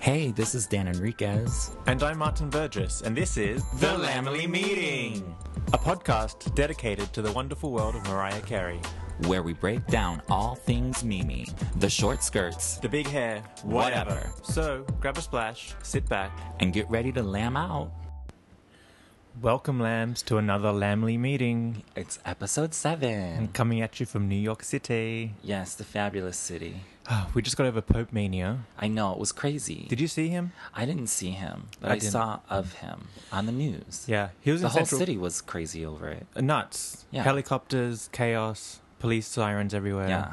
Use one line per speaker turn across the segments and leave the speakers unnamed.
Hey, this is Dan Enriquez.
And I'm Martin Burgess, and this is The Lamely Meeting, a podcast dedicated to the wonderful world of Mariah Carey.
where we break down all things Mimi the short skirts
The big hair, whatever. So grab a splash, sit back.
and get ready to lamb out.
Welcome, lambs, to another Lamely Meeting,
It's episode seven.
and coming at you from New York City. Ah,
Yes, the fabulous city.
we just got over Pope Mania.
I know, it was crazy.
Did you see him?
I didn't see him, but
I
I,
didn't.
saw of him on the news.
Yeah, he was
The
in
whole
Central-
city was crazy over it.
Nuts.
Yeah.
Helicopters, chaos, police sirens everywhere.
Yeah.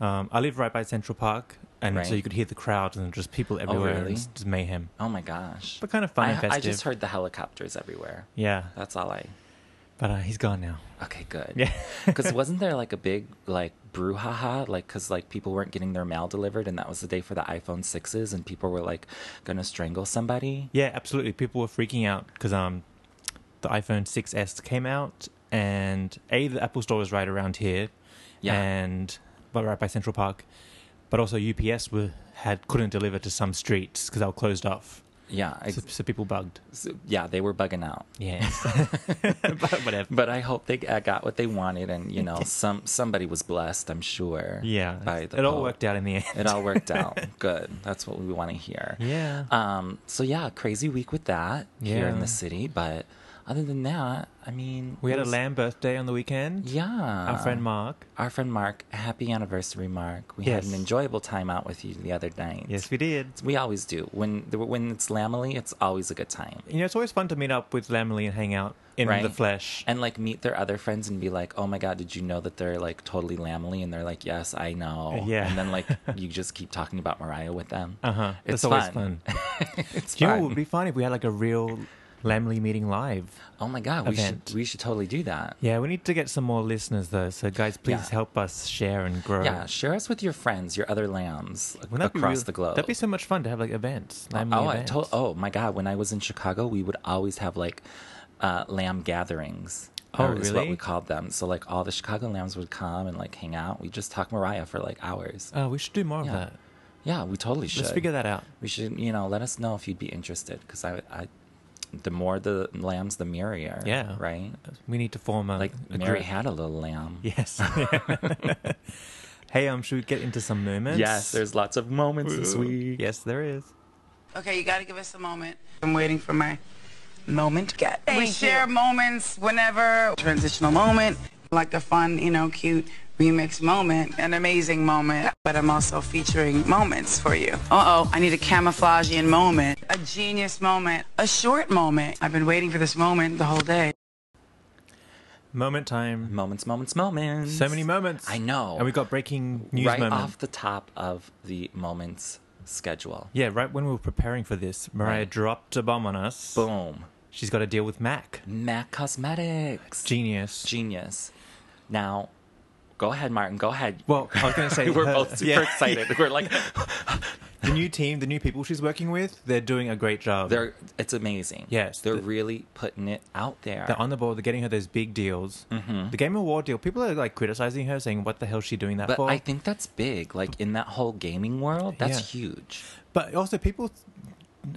Um, I live right by Central Park, and so
Right. Oh,
you could hear the crowd and just people everywhere.
really?
and it's just mayhem.
Oh my gosh.
But kind of fun
I,
and festive.
I just heard the helicopters everywhere.
Yeah,
That's all I.
but uh, he's gone now.
Okay, good.
Yeah.
Because wasn't there like a big like brouhaha, like because like people weren't getting their mail delivered, and that was the day for the iPhone sixes, and people were like gonna strangle somebody.
Yeah, absolutely. People were freaking out because um, the iPhone 6s came out, and a the Apple Store was right around here,
Yeah.
and but right by Central Park, but also UPS were had couldn't deliver to some streets because they were closed off,
Yeah, ex-
so, so people bugged.
so- yeah, they were bugging out.
Yeah, but whatever.
But I hope they uh, got what they wanted, and you know, some somebody was blessed. I'm sure.
Yeah,
by
it
the
all
Pope.
worked out in the end.
It all worked out. Good. That's what we want to hear.
Yeah.
Um. So yeah, crazy week with that here in
Yeah.
the city, but other than that, I mean,
we
it
had a
was-
lamb birthday on the weekend.
Yeah.
Our friend Mark.
Our friend Mark, happy anniversary, Mark. We had
Yes.
an enjoyable time out with you the other night.
Yes, we did.
We always do. When when it's lamely, it's always a good time.
You know, it's always fun to meet up with Lamely and hang out in
Right.
the flesh.
And like meet their other friends and be like, oh my God, did you know that they're like totally lamely? And they're like, yes, I know.
Uh, Yeah.
And then like you just keep talking about Mariah with them.
Uh huh.
It's
That's always
fun.
fun.
It's
Do you know what
fun.
would be fun if we had like a real Lamley meeting live?
oh my God, we should,
event?
we should totally do that.
Yeah, we need to get some more listeners though. So guys, please
Yeah.
help us share and grow.
Yeah, share us with your friends, your other lambs
Wouldn't that be
across
real-
the globe.
That'd be so much fun to have like events. Lamley
Oh, I
events.
told. Oh my God! When I was in Chicago, we would always have like uh, lamb gatherings.
Oh,
or Is what we
really?
called them. So like all the Chicago lambs would come and like hang out. We just talk Mariah for like hours.
Oh, we should do more
Yeah.
of that.
Yeah, we totally should.
Let's figure that out.
We should. You know, let us know if you'd be interested because I, I, the more the lambs, the merrier.
Yeah.
Right.
We need to form a
Like
a
Mary
group.
had a little lamb.
Yes. hey, um, should we get into some moments?
Yes, there's lots of moments this week.
Yes, there is.
Okay, you got to give us a moment. I'm waiting for my moment. we
you.
share moments whenever transitional moment, like a fun, you know, cute remix moment, an amazing moment. But I'm also featuring moments for you. Uh oh, I need a camouflagian moment, a genius moment, a short moment. I've been waiting for this moment the whole day.
Moment time.
Moments, moments, moments.
So many moments.
I know.
And we got breaking news
right
moment.
off the top of the moments schedule.
Yeah, right when we were preparing for this, Mariah
Right.
dropped a bomb on us.
Boom.
She's got to deal with Mac.
MAC Cosmetics.
Genius.
Genius. Now, go ahead, Martin. Go ahead.
well, I was going to say
we're
her-
both super
yeah.
excited. We're like,
The new team, the new people she's working with, they're doing a great job.
they're it's amazing.
Yes,
they're
the-
really putting it out there.
They're on the ball. They're getting her those big deals. Mm-hmm. The Game Award deal. People are like criticizing her, saying, "What the hell is she doing that
but
for?"
I think that's big. Like in that whole gaming world, that's
Yeah.
huge.
But also, people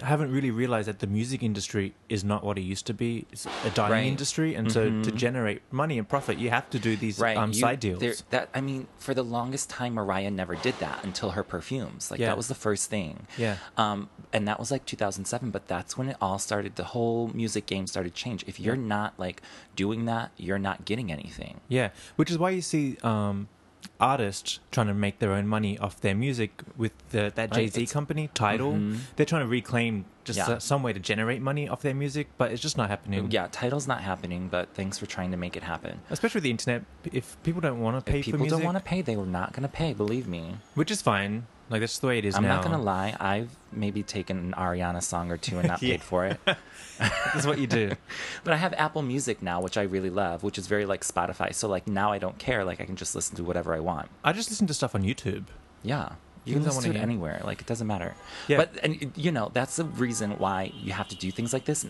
haven't really realized that the music industry is not what it used to be. It's a dying
Right. Mm-hmm.
industry, and so to generate money and profit, you have to do these
right
um,
you-
side deals.
there- that i mean for the longest time mariah never did that until her perfumes like
Yeah.
that was the first thing
Yeah.
um and that was like 2007 but that's when it all started the whole music game started to change if you're not like doing that you're not getting anything
Yeah, which is why you see um, artists trying to make their own money off their music with the,
Right,
that Jay Z
it's- Mm-hmm.
company title. They're trying to reclaim just
Yeah.
uh, some way to generate money off their music, but it's just not happening.
yeah title's not happening but thanks for trying to make it happen
especially with the internet. If people don't want to pay
if people
for music,
don't want to pay they were not going to pay believe me
which is fine. Like that's the way it is
i'm
now.
not going to lie i've maybe taken an ariana song or two and not
Yeah.
paid for it
That's what you do.
But I have Apple Music now, which I really love, which is very like Spotify. So like now I don't care. Like I can just listen to whatever I want.
I just listen to stuff on YouTube.
Yeah. You
Things
can listen
I wanna
to it
hear.
anywhere. Like it doesn't matter.
Yeah.
But and you know, that's the reason why you have to do things like this.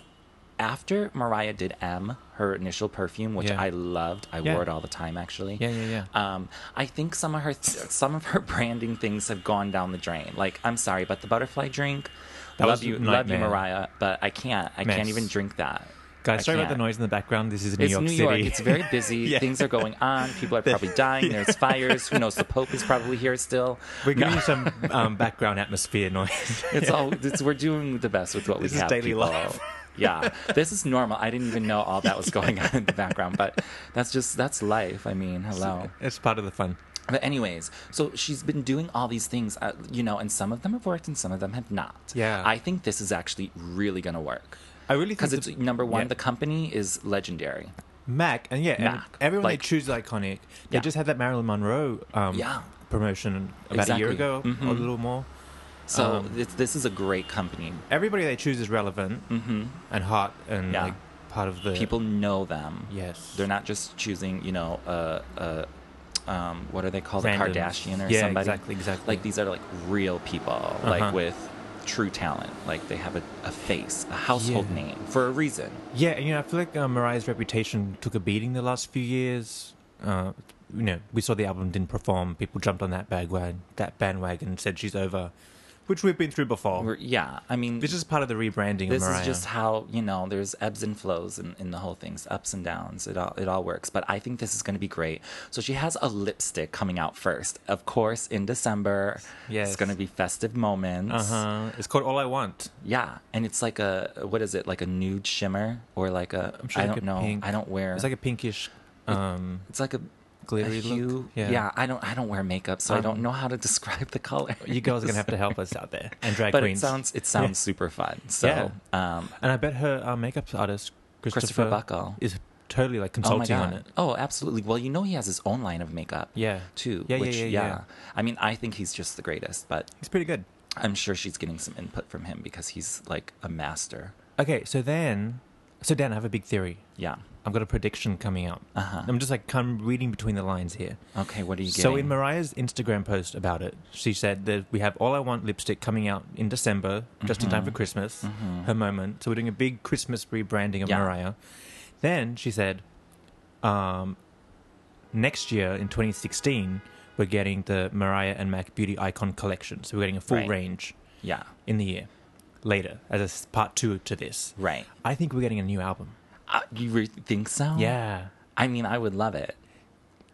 After Mariah did M, her initial perfume, which
Yeah.
I loved, I
Yeah.
wore it all the time actually.
Yeah, yeah, yeah.
Um, I think some of her some of her branding things have gone down the drain. Like I'm sorry, but the butterfly drink.
That
love
was
you, love you,
nightmare.
Mariah, but I can't. I
Mess.
can't even drink that. I
Guys, sorry about the
can't
noise in the background. This is New
it's
York
New
City.
York. It's very busy.
Yeah.
Things are going on. People are probably dying. There's fires. Who knows? The Pope is probably here still.
We're giving you some um, background atmosphere noise.
It's all. It's, we're doing the best with what
This
we
is
have.
daily
people.
life.
Yeah, this is normal. I didn't even know all that was going on in the background, but that's just that's life. I mean, hello.
it's part of the fun.
But anyways, so she's been doing all these things, uh, you know, and some of them have worked and some of them have not.
Yeah.
I think this is actually really gonna work
I really think
because it's
the-
number one.
yeah.
The company is legendary.
Mac and yeah, and
Mac.
everyone
Like-
they choose is iconic.
Yeah.
They just had that Marilyn Monroe um,
Yeah.
promotion about a year
Exactly. Mm-hmm.
ago, or a little more.
So
Um,
it's, this is a great company.
Everybody they choose is relevant and hot and
Mm-hmm. Yeah.
like part of the
People know them.
Yes,
They're not just choosing, you know, a, a um, what are they called,
Randoms.
a Kardashian or
Yeah,
somebody.
exactly, exactly.
Like these are like real people,
Uh-huh.
like with true talent. Like they have a, a face, a household
Yeah.
name for a reason.
Yeah, and, you know, I feel like uh, Mariah's reputation took a beating the last few years. Uh, you know, we saw the album didn't perform. People jumped on that bandwagon, that bandwagon, and said she's over, which we've been through before.
We're, yeah, I mean,
this is part of the rebranding
this
of Mariah.
is just how you know there's ebbs and flows in, in the whole things ups and downs it all it all works but i think this is going to be great so she has a lipstick coming out first of course in december
Yes.
it's going to be festive moments
uh huh. It's called All I Want.
yeah and it's like a what is it like a nude shimmer or like a
I'm sure
i
like
don't
a
know
pink-
i don't wear
It's like a pinkish. Um,
it's like a
glittery
a
look?
hue.
Yeah.
Yeah. I don't. I don't wear makeup, so I
Um,
don't know how to describe the color.
you girls are gonna have to help us out there and drag
but
queens.
it sounds. It sounds super fun. So, um,
and I bet her uh, makeup artist Christopher,
Christopher Buckle.
is totally like
oh my
consulting
god.
on it.
Oh, absolutely. Well, you know he has his own line of makeup.
Yeah.
Too.
Yeah, yeah,
which,
yeah, yeah.
I mean, I think he's just the greatest, but
It's pretty good.
I'm sure she's getting some input from him because he's like a master.
Okay, so then, so Dan, I have a big theory.
Yeah.
I've got a prediction coming up.
Uh-huh.
I'm just like kind of reading between the lines here.
Okay. What are you getting?
Um, So in Mariah's Instagram post about it, she said that we have All I Want lipstick coming out in December, just in time
Mm-hmm.
for Christmas, her moment. So we're doing a big Christmas rebranding of
Yeah.
Mariah. Then she said, um, next year in 2016, we're getting the Mariah and Mac Beauty Icon collection. So we're getting a full
Right.
range
yeah.
in the year later as a s- part two to this.
Right.
I think we're getting a new album.
Uh, you re- think so?
Yeah.
I mean, I would love it.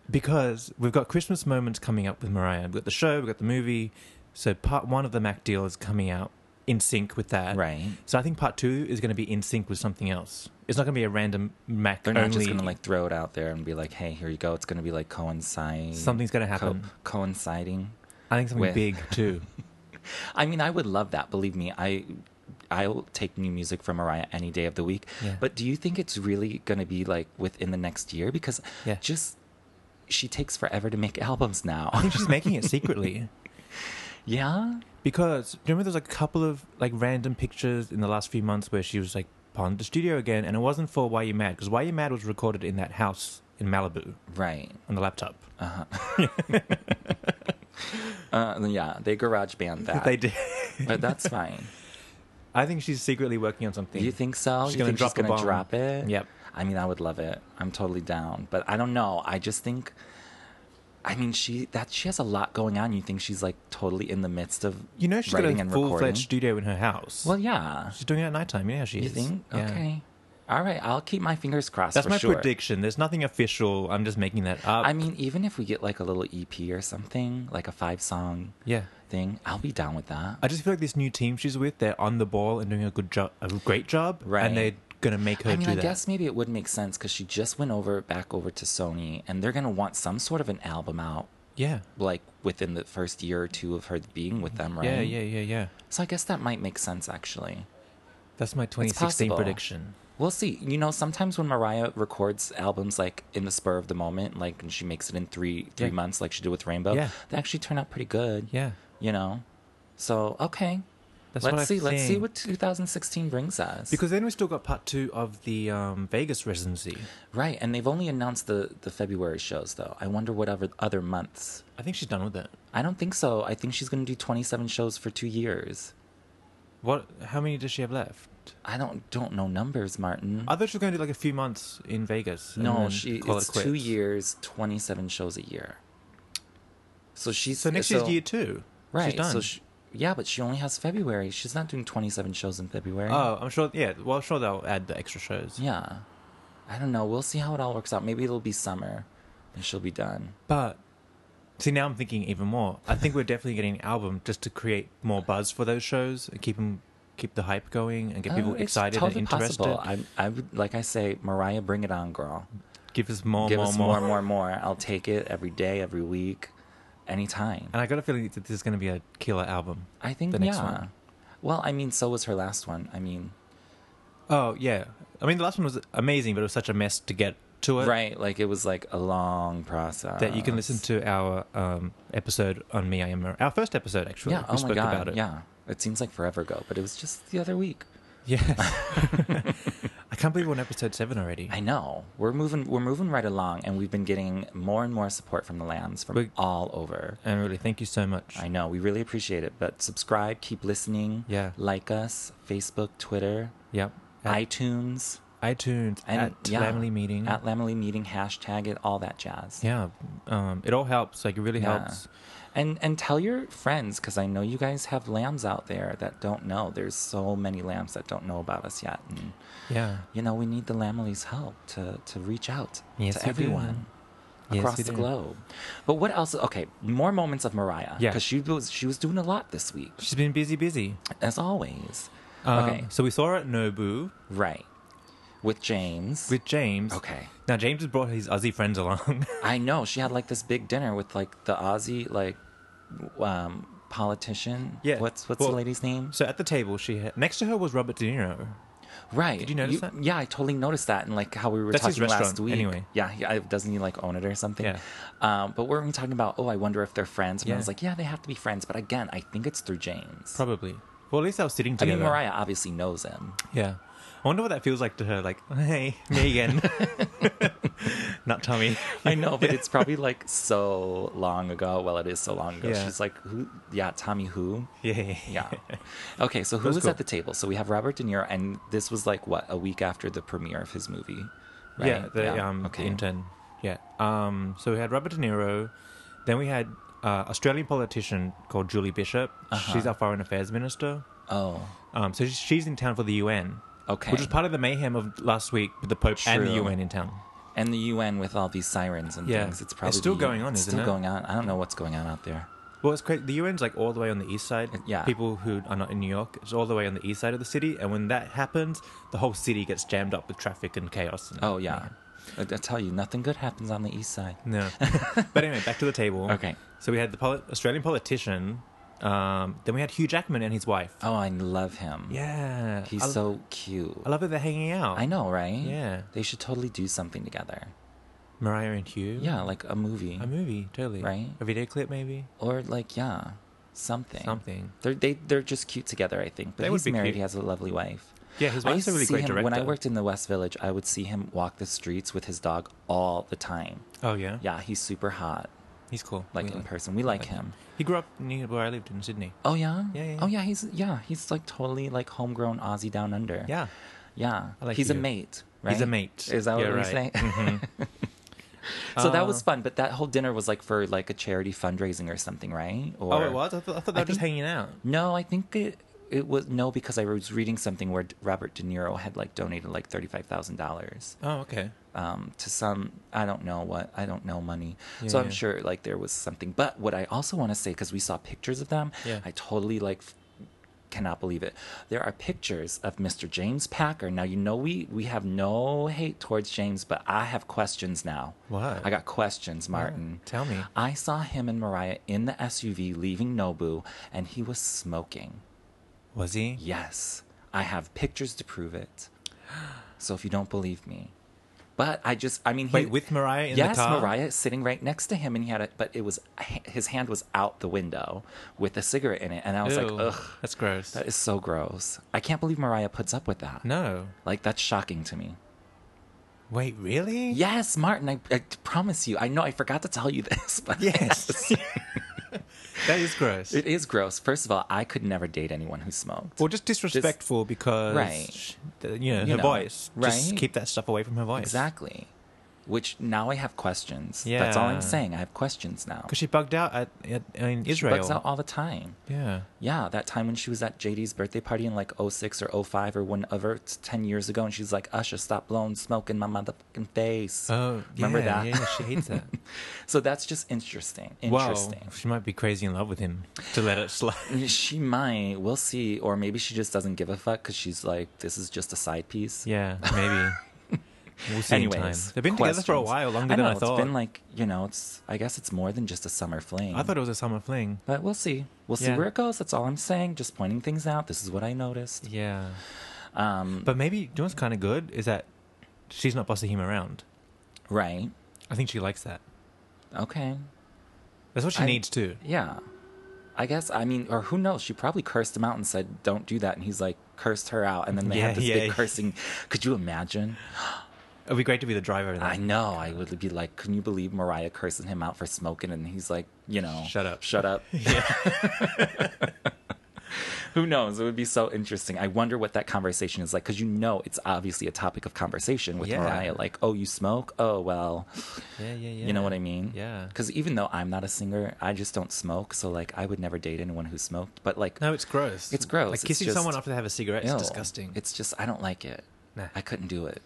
because we've got Christmas moments coming up with Mariah. We've got the show, we've got the movie. So part one of the Mac deal is coming out in sync with that.
Right.
So I think part two is going to be in sync with something else. It's not going to be a random Mac
They're
only.
not just gonna like throw it out there and be like, "Hey, here you go." It's gonna be like coinciding.
Something's gonna happen.
coinciding.
I think something
with-
big too.
I mean, I would love that. Believe me, I I'll take new music from Mariah any day of the week.
Yeah.
But do you think it's really gonna be like within the next year? Because
Yeah.
just she takes forever to make albums now.
I think she's making it secretly
yeah.
because do you remember there's like a couple of like random pictures in the last few months where she was like on the studio again, and it wasn't for Why You Mad because Why You Mad was recorded in that house in Malibu
Right. Uh-huh.
on the laptop.
Ah. Uh, yeah. They garage band that.
They did.
But that's fine.
I think she's secretly working on something.
You think so?
She's
you
gonna
think
drop a
she's gonna
bomb.
drop it?
Yep.
I mean, I would love it. I'm totally down. But I don't know. I just think I mean, she that she has a lot going on. You think she's like totally in the midst of
You know she's got
writing
a
and
full
recording?
fledged studio in her house.
Well, yeah.
she's doing it at nighttime. Yeah, she
You
is.
think?
Yeah.
Okay. All right. I'll keep my fingers crossed.
That's
for
my
sure.
prediction. There's nothing official. I'm just making that up.
I mean, even if we get like a little EP or something, like a five song
yeah.
thing, I'll be down with that.
I just feel like this new team she's with, they're on the ball and doing a good job, a great job,
Right.
and they're gonna make her
I mean,
do
I
that.
guess maybe it would make sense because she just went over back over to Sony, and they're gonna want some sort of an album out,
yeah,
like within the first year or two of her being with them, right?
yeah, yeah, yeah, yeah.
So I guess that might make sense actually.
That's my 2016
possible.
prediction.
We'll see. You know, sometimes when Mariah records albums like in the spur of the moment, like and she makes it in three three
Yeah.
months, like she did with Rainbow,
Yeah.
they actually turn out pretty good.
Yeah,
You know, so okay.
that's
let's
what I
see. Let's see
think.
what 2016 brings us.
Because then we still got part two of the um, Vegas residency.
right, and they've only announced the the February shows though. I wonder what other other months.
I think she's done with it.
I don't think so. I think she's going to do 27 shows for two years.
What? How many does she have left?
I don't don't know numbers, Martin.
I thought she was going to do like a few months in Vegas. and
no,
then
she
call it
it's two
quits.
years, 27 shows a year. So she's
So next year's year two.
Right.
She's done.
So she, yeah, but she only has February. She's not doing 27 shows in February.
oh, I'm sure. Yeah. Well, I'm sure they'll add the extra shows.
Yeah. I don't know. We'll see how it all works out. Maybe it'll be summer and she'll be done.
But see, now I'm thinking even more. I think we're definitely getting an album just to create more buzz for those shows and keep 'em- keep the hype going and get people
Oh, it's
excited and interested.
possible. I, I would, like I say, Mariah, bring it on, girl.
Give us more,
Give
more,
us
more,
more, more, more. I'll take it every day, every week, anytime.
And I got a feeling that this is going to be a killer album.
I think,
the next
yeah.
one.
Well, I mean, so was her last one. I mean,
Oh yeah. I mean, the last one was amazing, but it was such a mess to get to it.
right? Like it was like a long process
That you can listen to our um, episode on Me I Am Mar- our first episode actually.
Yeah.
we
Oh
spoke
my god.
about it.
Yeah. It seems like forever ago, but it was just the other week.
Yes. I can't believe we're on episode seven already.
I know. We're moving we're moving right along and we've been getting more and more support from the lambs from
We-
all over.
And really, thank you so much.
I know. We really appreciate it. But subscribe, keep listening.
Yeah.
Like us, Facebook, Twitter,
Yep. At
iTunes,
iTunes
and
at
yeah,
family meeting.
At Lamely Meeting, hashtag it, all that jazz.
yeah. Um, it all helps. Like it really
Yeah.
helps.
And and tell your friends because I know you guys have lambs out there that don't know. There's so many lambs that don't know about us yet. And
Yeah.
you know, we need the Lamely's help to to reach out
Yes,
to
we do.
everyone
Yes,
across
we
the
do.
globe. But what else? Okay, more moments of Mariah.
Yeah.
because she was she was doing a lot this week,
She's been busy, busy.
as always.
Um,
okay,
So we saw her at Nobu
right, with James.
with James.
okay,
Now James has brought his Aussie friends along.
I know she had like this big dinner with like the Aussie like um, politician.
Yeah,
what's what's
well-
the lady's name?
so at the table, she had, next to her was Robert De Niro.
Right. Did
you notice that?
Yeah, I totally noticed that, and like how we were
That's his
talking last
restaurant,
week.
anyway.
yeah, he, I, doesn't he like own it or something?
Yeah.
Um, but weren't we talking about? Oh, I wonder if they're friends. And I
Yeah.
was like, yeah, they have to be friends. But again, I think it's through James.
Probably. Well, at least I was sitting
I
together.
mean, Mariah obviously knows him.
Yeah. I wonder what that feels like to her. Like, hey, me again. Not Tommy.
I know, but it's probably like so long ago. Well, it is so long ago.
Yeah.
She's like, who? Yeah, Tommy who?
Yeah.
Yeah. Okay, so who
was
was,
cool.
at the table? So we have Robert De Niro, and this was like what a week after the premiere of his movie. Right?
Yeah, the um intern. Yeah. Um so we had Robert De Niro, then we had uh Australian politician called Julie Bishop.
Uh-huh.
She's our foreign affairs minister.
Oh,
Um so she's, she's in town for the UN.
okay.
Which was part of the mayhem of last week with the Pope and the
True.
UN in town.
and the UN with all these sirens and
Yeah.
things. It's
It's
probably
still going on,
it's
isn't
still
it?
going on. I don't know what's going on out there.
Well, it's crazy. The UN's like all the way on the east side.
yeah.
People who are not in New York, it's all the way on the east side of the city. And when that happens, the whole city gets jammed up with traffic and chaos. And
Oh yeah, I, I tell you, nothing good happens on the east side.
No. but anyway, back to the table.
Okay.
So we had the poli- Australian politician. Um, then we had Hugh Jackman and his wife.
Oh, I love him.
Yeah.
he's
I,
so cute.
I love that they're hanging out.
I know, right?
Yeah.
They should totally do something together.
Mariah and Hugh.
Yeah, like a movie.
A movie, totally.
Right?
A video clip, maybe.
or like yeah, something.
Something.
They're they, they're just cute together, I think. But
They would
he's
be
married.
cute.
He has a lovely wife.
Yeah, his
I used
wife's a
to
really
see
great
him,
director.
When I worked in the West Village, I would see him walk the streets with his dog all the time.
Oh yeah.
Yeah, he's super hot,
He's cool.
like
We
in person. We like him.
He grew up near where I lived in Sydney.
Oh yeah?
Yeah, yeah,
Oh
yeah.
yeah, he's yeah, he's like totally like homegrown Aussie down under.
Yeah.
yeah.
I like
he's a
you.
mate. Right? Mm-hmm. Uh,
He's a mate.
Is that
Yeah,
what we
right.
say? So that was fun, but that whole dinner was like for like a charity fundraising or something, right? Or,
Oh, it was. I, th- I thought they were just hanging out.
No, I think it it was no because I was reading something where D- Robert De Niro had like donated like thirty five thousand dollars
Oh, okay.
um, to some I don't know what I don't know money. so
Yeah,
I'm
yeah.
sure like there was something. But what I also want to say because we saw pictures of them,
Yeah.
I totally like f- cannot believe it. There are pictures of Mr. James Packer. Now you know we we have no hate towards James, but I have questions now.
Why?
I got questions, Martin.
Tell me.
I saw him and Mariah in the SUV leaving Nobu, and he was smoking.
Was he?
Yes, I have pictures to prove it. So if you don't believe me, but I just, I mean, he,
Wait, with Mariah in the
yes,
car?
Mariah is sitting right next to him, and he had it, but it was his hand was out the window with a cigarette in it, and I was
Ew,
like, ugh,
That's gross.
that is so gross. I can't believe Mariah puts up with that.
no.
like that's shocking to me.
Wait, really?
Yes, Martin, I, I promise you. I know I forgot to tell you this, but
Yes. that is gross.
it is gross. First of all, I could never date anyone who smoked.
well, just disrespectful because
Right.
sh- the- you know her
You know,
voice. Just
right?
keep that stuff away from her voice.
Exactly. Which now I have questions. That's all
Yeah.
I'm saying. I have questions now.
Because she bugged out at, at in
She
Israel.
bugs out all the time.
Yeah.
Yeah, that time when she was at JD's birthday party in like 06 or 05 or whenever, it's 10 years ago, and she's like, Usher, stop blowing smoke in my motherfucking face.
Oh,
Remember
yeah,
that?
Yeah, she hates that.
So that's just interesting.
wow,
Interesting.
she might be crazy in love with him to let it slide.
She might. We'll see. Or maybe she just doesn't give a fuck because she's like, this is just a side piece.
yeah, maybe. We'll see in time.
Anyways,
They've been together for a
questions.
while, longer
know,
than I thought.
It's been like you know, it's I guess it's more than just a summer fling.
I thought it was a summer fling.
But we'll see. We'll see
Yeah.
where it goes. That's all I'm saying. Just pointing things out. This is what I noticed.
Yeah. Um, but maybe, do you know what's kind of good? Is that she's not bossing him around.
Right.
I think she likes that.
Okay.
That's what she
I-
needs too.
Yeah. I guess, I mean, or who knows? She probably cursed him out and said, don't do that. And he's like, cursed her out. And then they
Yeah,
have this
yeah.
big cursing. Could you imagine?
It'd be great to be the driver. Then.
I know. I would be like, can you believe Mariah cursing him out for smoking? And he's like, you know,
Shut up.
Shut up. Who knows? It would be so interesting. I wonder what that conversation is like because you know it's obviously a topic of conversation with
Yeah.
Mariah. Like, oh, you smoke? Oh, well,
Yeah, yeah, yeah.
you know what I mean?
Yeah.
Because even though I'm not a singer, I just don't smoke. So, like, I would never date anyone who smoked. But, like,
No, it's gross.
It's gross.
Like
It's
kissing
just-
someone after they have a cigarette is
ew.
disgusting. It's,
It's just, I don't like it.
Nah.
I couldn't do it.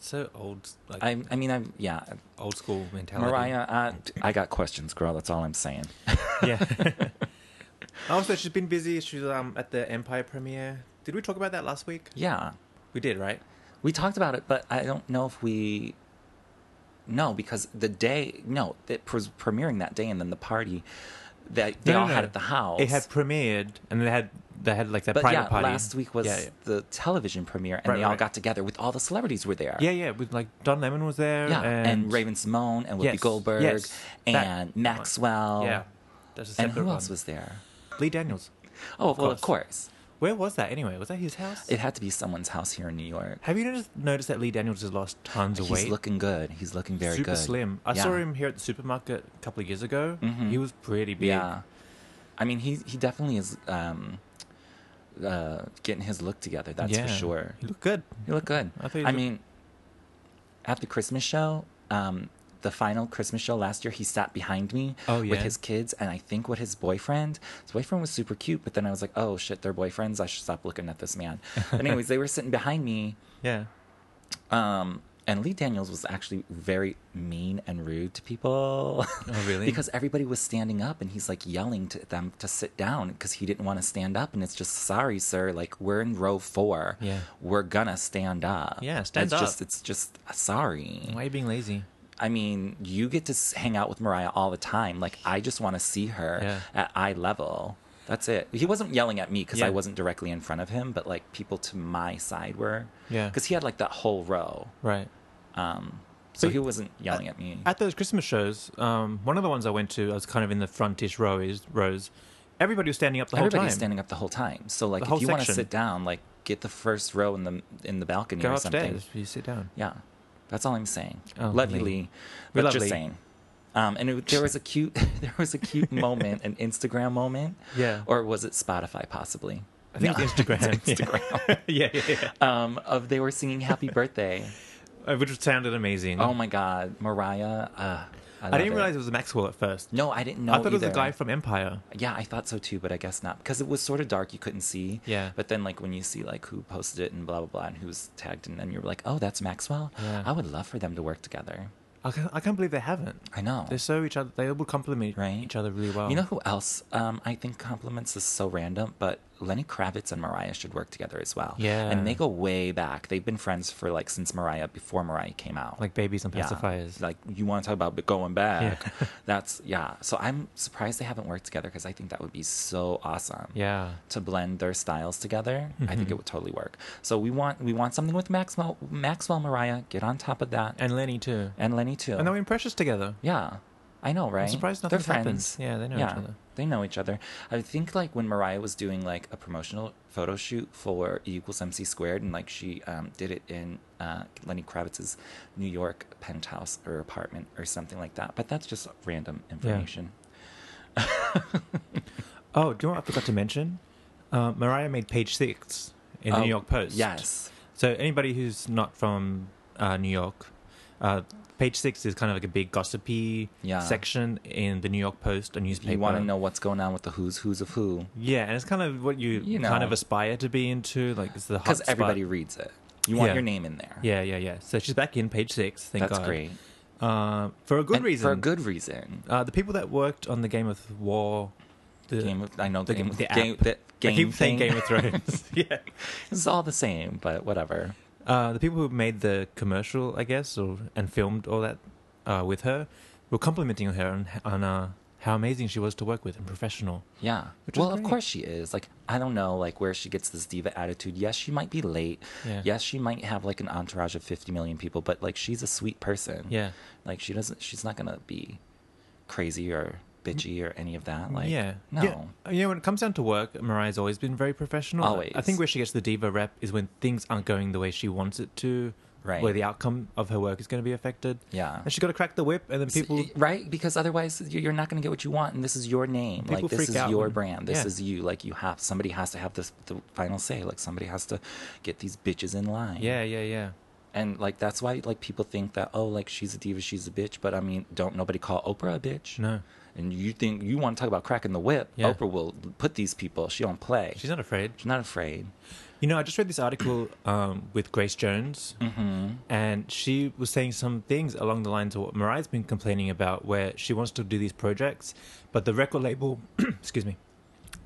so old. Like
I, I mean, I'm, yeah.
old school mentality.
Mariah, I, I got questions, girl. That's all I'm saying.
Yeah. also, she's been busy. She's um at the Empire premiere. Did we talk about that last week?
Yeah.
We did, right?
We talked about it, but I don't know if we. No, because the day no, it was premiering that day, and then the party that they
No, no,
all
no.
had at the house.
It had premiered, and they had they had like their
but
private
yeah,
party.
last week was
yeah, yeah.
the television premiere, and
Right,
they all
right.
got together with all the celebrities were there.
yeah, yeah, With like Don Lemon was there,
Yeah,
and,
and, Raven Simone and Whoopi
Yes,
Goldberg
yes, that
and
one.
Maxwell.
Yeah, that's a
Oh. and
separate
who else
one.
was there?
Lee Daniels?
Oh, well, of course.
Where was that anyway? Was that his house?
It had to be someone's house here in New York.
Have you noticed, noticed that Lee Daniels has lost tons of
He's
weight?
looking good. He's looking very
super
good.
slim. I saw
Yeah. Mm-hmm.
him here at the supermarket a couple of years ago. He was pretty big.
Yeah, I mean he he definitely is um, uh, getting his look together. That's
Yeah.
for sure.
He looked good.
He looked good.
I
I,
thought he looked-
mean, at the Christmas show, um, the final Christmas show last year, he sat behind me
Oh, yeah.
with his kids, and I think with his boyfriend. His boyfriend was super cute, but then I was like, oh shit, they're boyfriends. I should stop looking at this man. But anyways, they were sitting behind me.
Yeah.
Um, and Lee Daniels was actually very mean and rude to people.
Oh, really?
because everybody was standing up and he's like yelling to them to sit down because he didn't want to stand up. And it's just, sorry, sir, like we're in row four.
Yeah.
We're gonna stand up.
Yeah, stand
it's Just,
up.
it's just, uh, sorry.
Why are you being lazy?
I mean, you get to s- hang out with Mariah all the time. Like, I just want to see her
Yeah.
at eye level. That's it. He wasn't yelling at me because
Yeah.
I wasn't directly in front of him, but like people to my side were.
Yeah.
Because he had like that whole row.
Right.
Um, so
But-
he wasn't yelling at me.
At those Christmas shows, um, one of the ones I went to, I was kind of in the frontish row is rows. Everybody was standing up the whole
Everybody's
time.
standing up the whole time. So like,
The
if
whole
you want to
section.
sit down, like get the first row in the in the balcony
Go
or something.
upstairs. You sit down.
Yeah, that's all I'm saying.
Oh,
love you,
Lee.
Lee.
We
But
love
just
Lee.
saying. Um, and it, there was a cute, there was a cute moment, an Instagram moment.
Yeah.
Or was it Spotify possibly?
I think
No,
it's Instagram.
it's Instagram.
yeah, yeah, yeah.
um, of they were singing "Happy Birthday."
uh, which sounded amazing.
Oh my God, Mariah. Uh, I,
I didn't
realize.
realize it was Maxwell at first.
No, I didn't know.
I thought it was
either.
the guy from Empire.
Yeah, I thought so too, but I guess not because it was sort of dark. You couldn't see.
Yeah.
But then, like when you see like who posted it and blah blah blah and who's tagged, and then you're like, oh, that's Maxwell.
Yeah.
I would love for them to work together.
I can't, I can't believe they haven't.
I know.
They're so each other. They all complement
Right.
each other really well.
You know who else um, I think compliments this is so random, but Lenny Kravitz and Mariah should work together as well.
Yeah.
And they go way back. They've been friends for like since Mariah before Mariah came out.
like babies and
Yeah.
pacifiers.
Like you want to talk about going back. That's yeah. So I'm surprised they haven't worked together because I think that would be so awesome.
yeah.
to blend their styles together, I
Mm-hmm.
think it would totally work. So we want we want something with Maxwell, Maxwell, Mariah. Get on top of that, and,
And Lenny too.
Lenny too.
And they were in Precious together.
yeah, I know, right?
surprised
They're
nothing's happened.
friends.
Yeah, they know each other.
They know each other. I think like when Mariah was doing like a promotional photo shoot for E equals MC squared, and like she um, did it in uh, Lenny Kravitz's New York penthouse or apartment or something like that. But that's just random information.
Oh, do you know what I forgot to mention? Uh, Mariah made page six in the
Oh,
New York Post.
Yes.
So anybody who's not from uh, New York, uh, page six is kind of like a big gossipy
Yeah.
section in the New York Post, a newspaper.
You want to know what's going on with the who's who's of who.
Yeah, and it's kind of what you,
You
kind
know.
of aspire to be into. Like it's the hot
because
spot.
everybody reads it. You want
Yeah.
your name in there.
Yeah, yeah, yeah. So she's back in page six. Thank
that's
God.
great.
Uh, for a good
And
reason.
For a good reason.
Uh, the people that worked on the Game of War. The,
Game of, I know
the,
the game,
the,
the
app.
game, the game
I keep saying
thing.
Game of Thrones. yeah.
it's all the same, but whatever.
Uh, the people who made the commercial, I guess, or and filmed all that uh, with her, were complimenting her on, on uh, how amazing she was to work with and professional.
Yeah.
Which is
well, of
great.
course she is. Like, I don't know, like where she gets this diva attitude. Yes, she might be late.
Yeah.
Yes, she might have like an entourage of 50 million people, but like she's a sweet person.
Yeah.
Like she doesn't. She's not gonna be crazy or bitchy or any of that. Like,
yeah.
No.
Yeah. Uh, You know, when it comes down to work, Mariah's always been very professional.
Always.
I think where she gets the diva rep is when things aren't going the way she wants it to,
Right.
where the outcome of her work is going to be affected.
Yeah.
And she's got to crack the whip, and then people.
S- right because otherwise you- you're not going to get what you want and this is your name
People
like this
freak
is
out
your
when-
brand this
yeah.
is you like you have somebody has to have this the final say like somebody has to get these bitches in line
Yeah, yeah, yeah.
and like that's why like people think that oh like she's a diva she's a bitch but i mean don't nobody call oprah a bitch
No.
and you think you want to talk about cracking the whip
Yeah.
oprah will put these people she don't play
She's not afraid.
she's not afraid
You know, I just read this article um, with Grace Jones,
Mm-hmm.
and she was saying some things along the lines of what Mariah's been complaining about, where she wants to do these projects, but the record label, excuse me,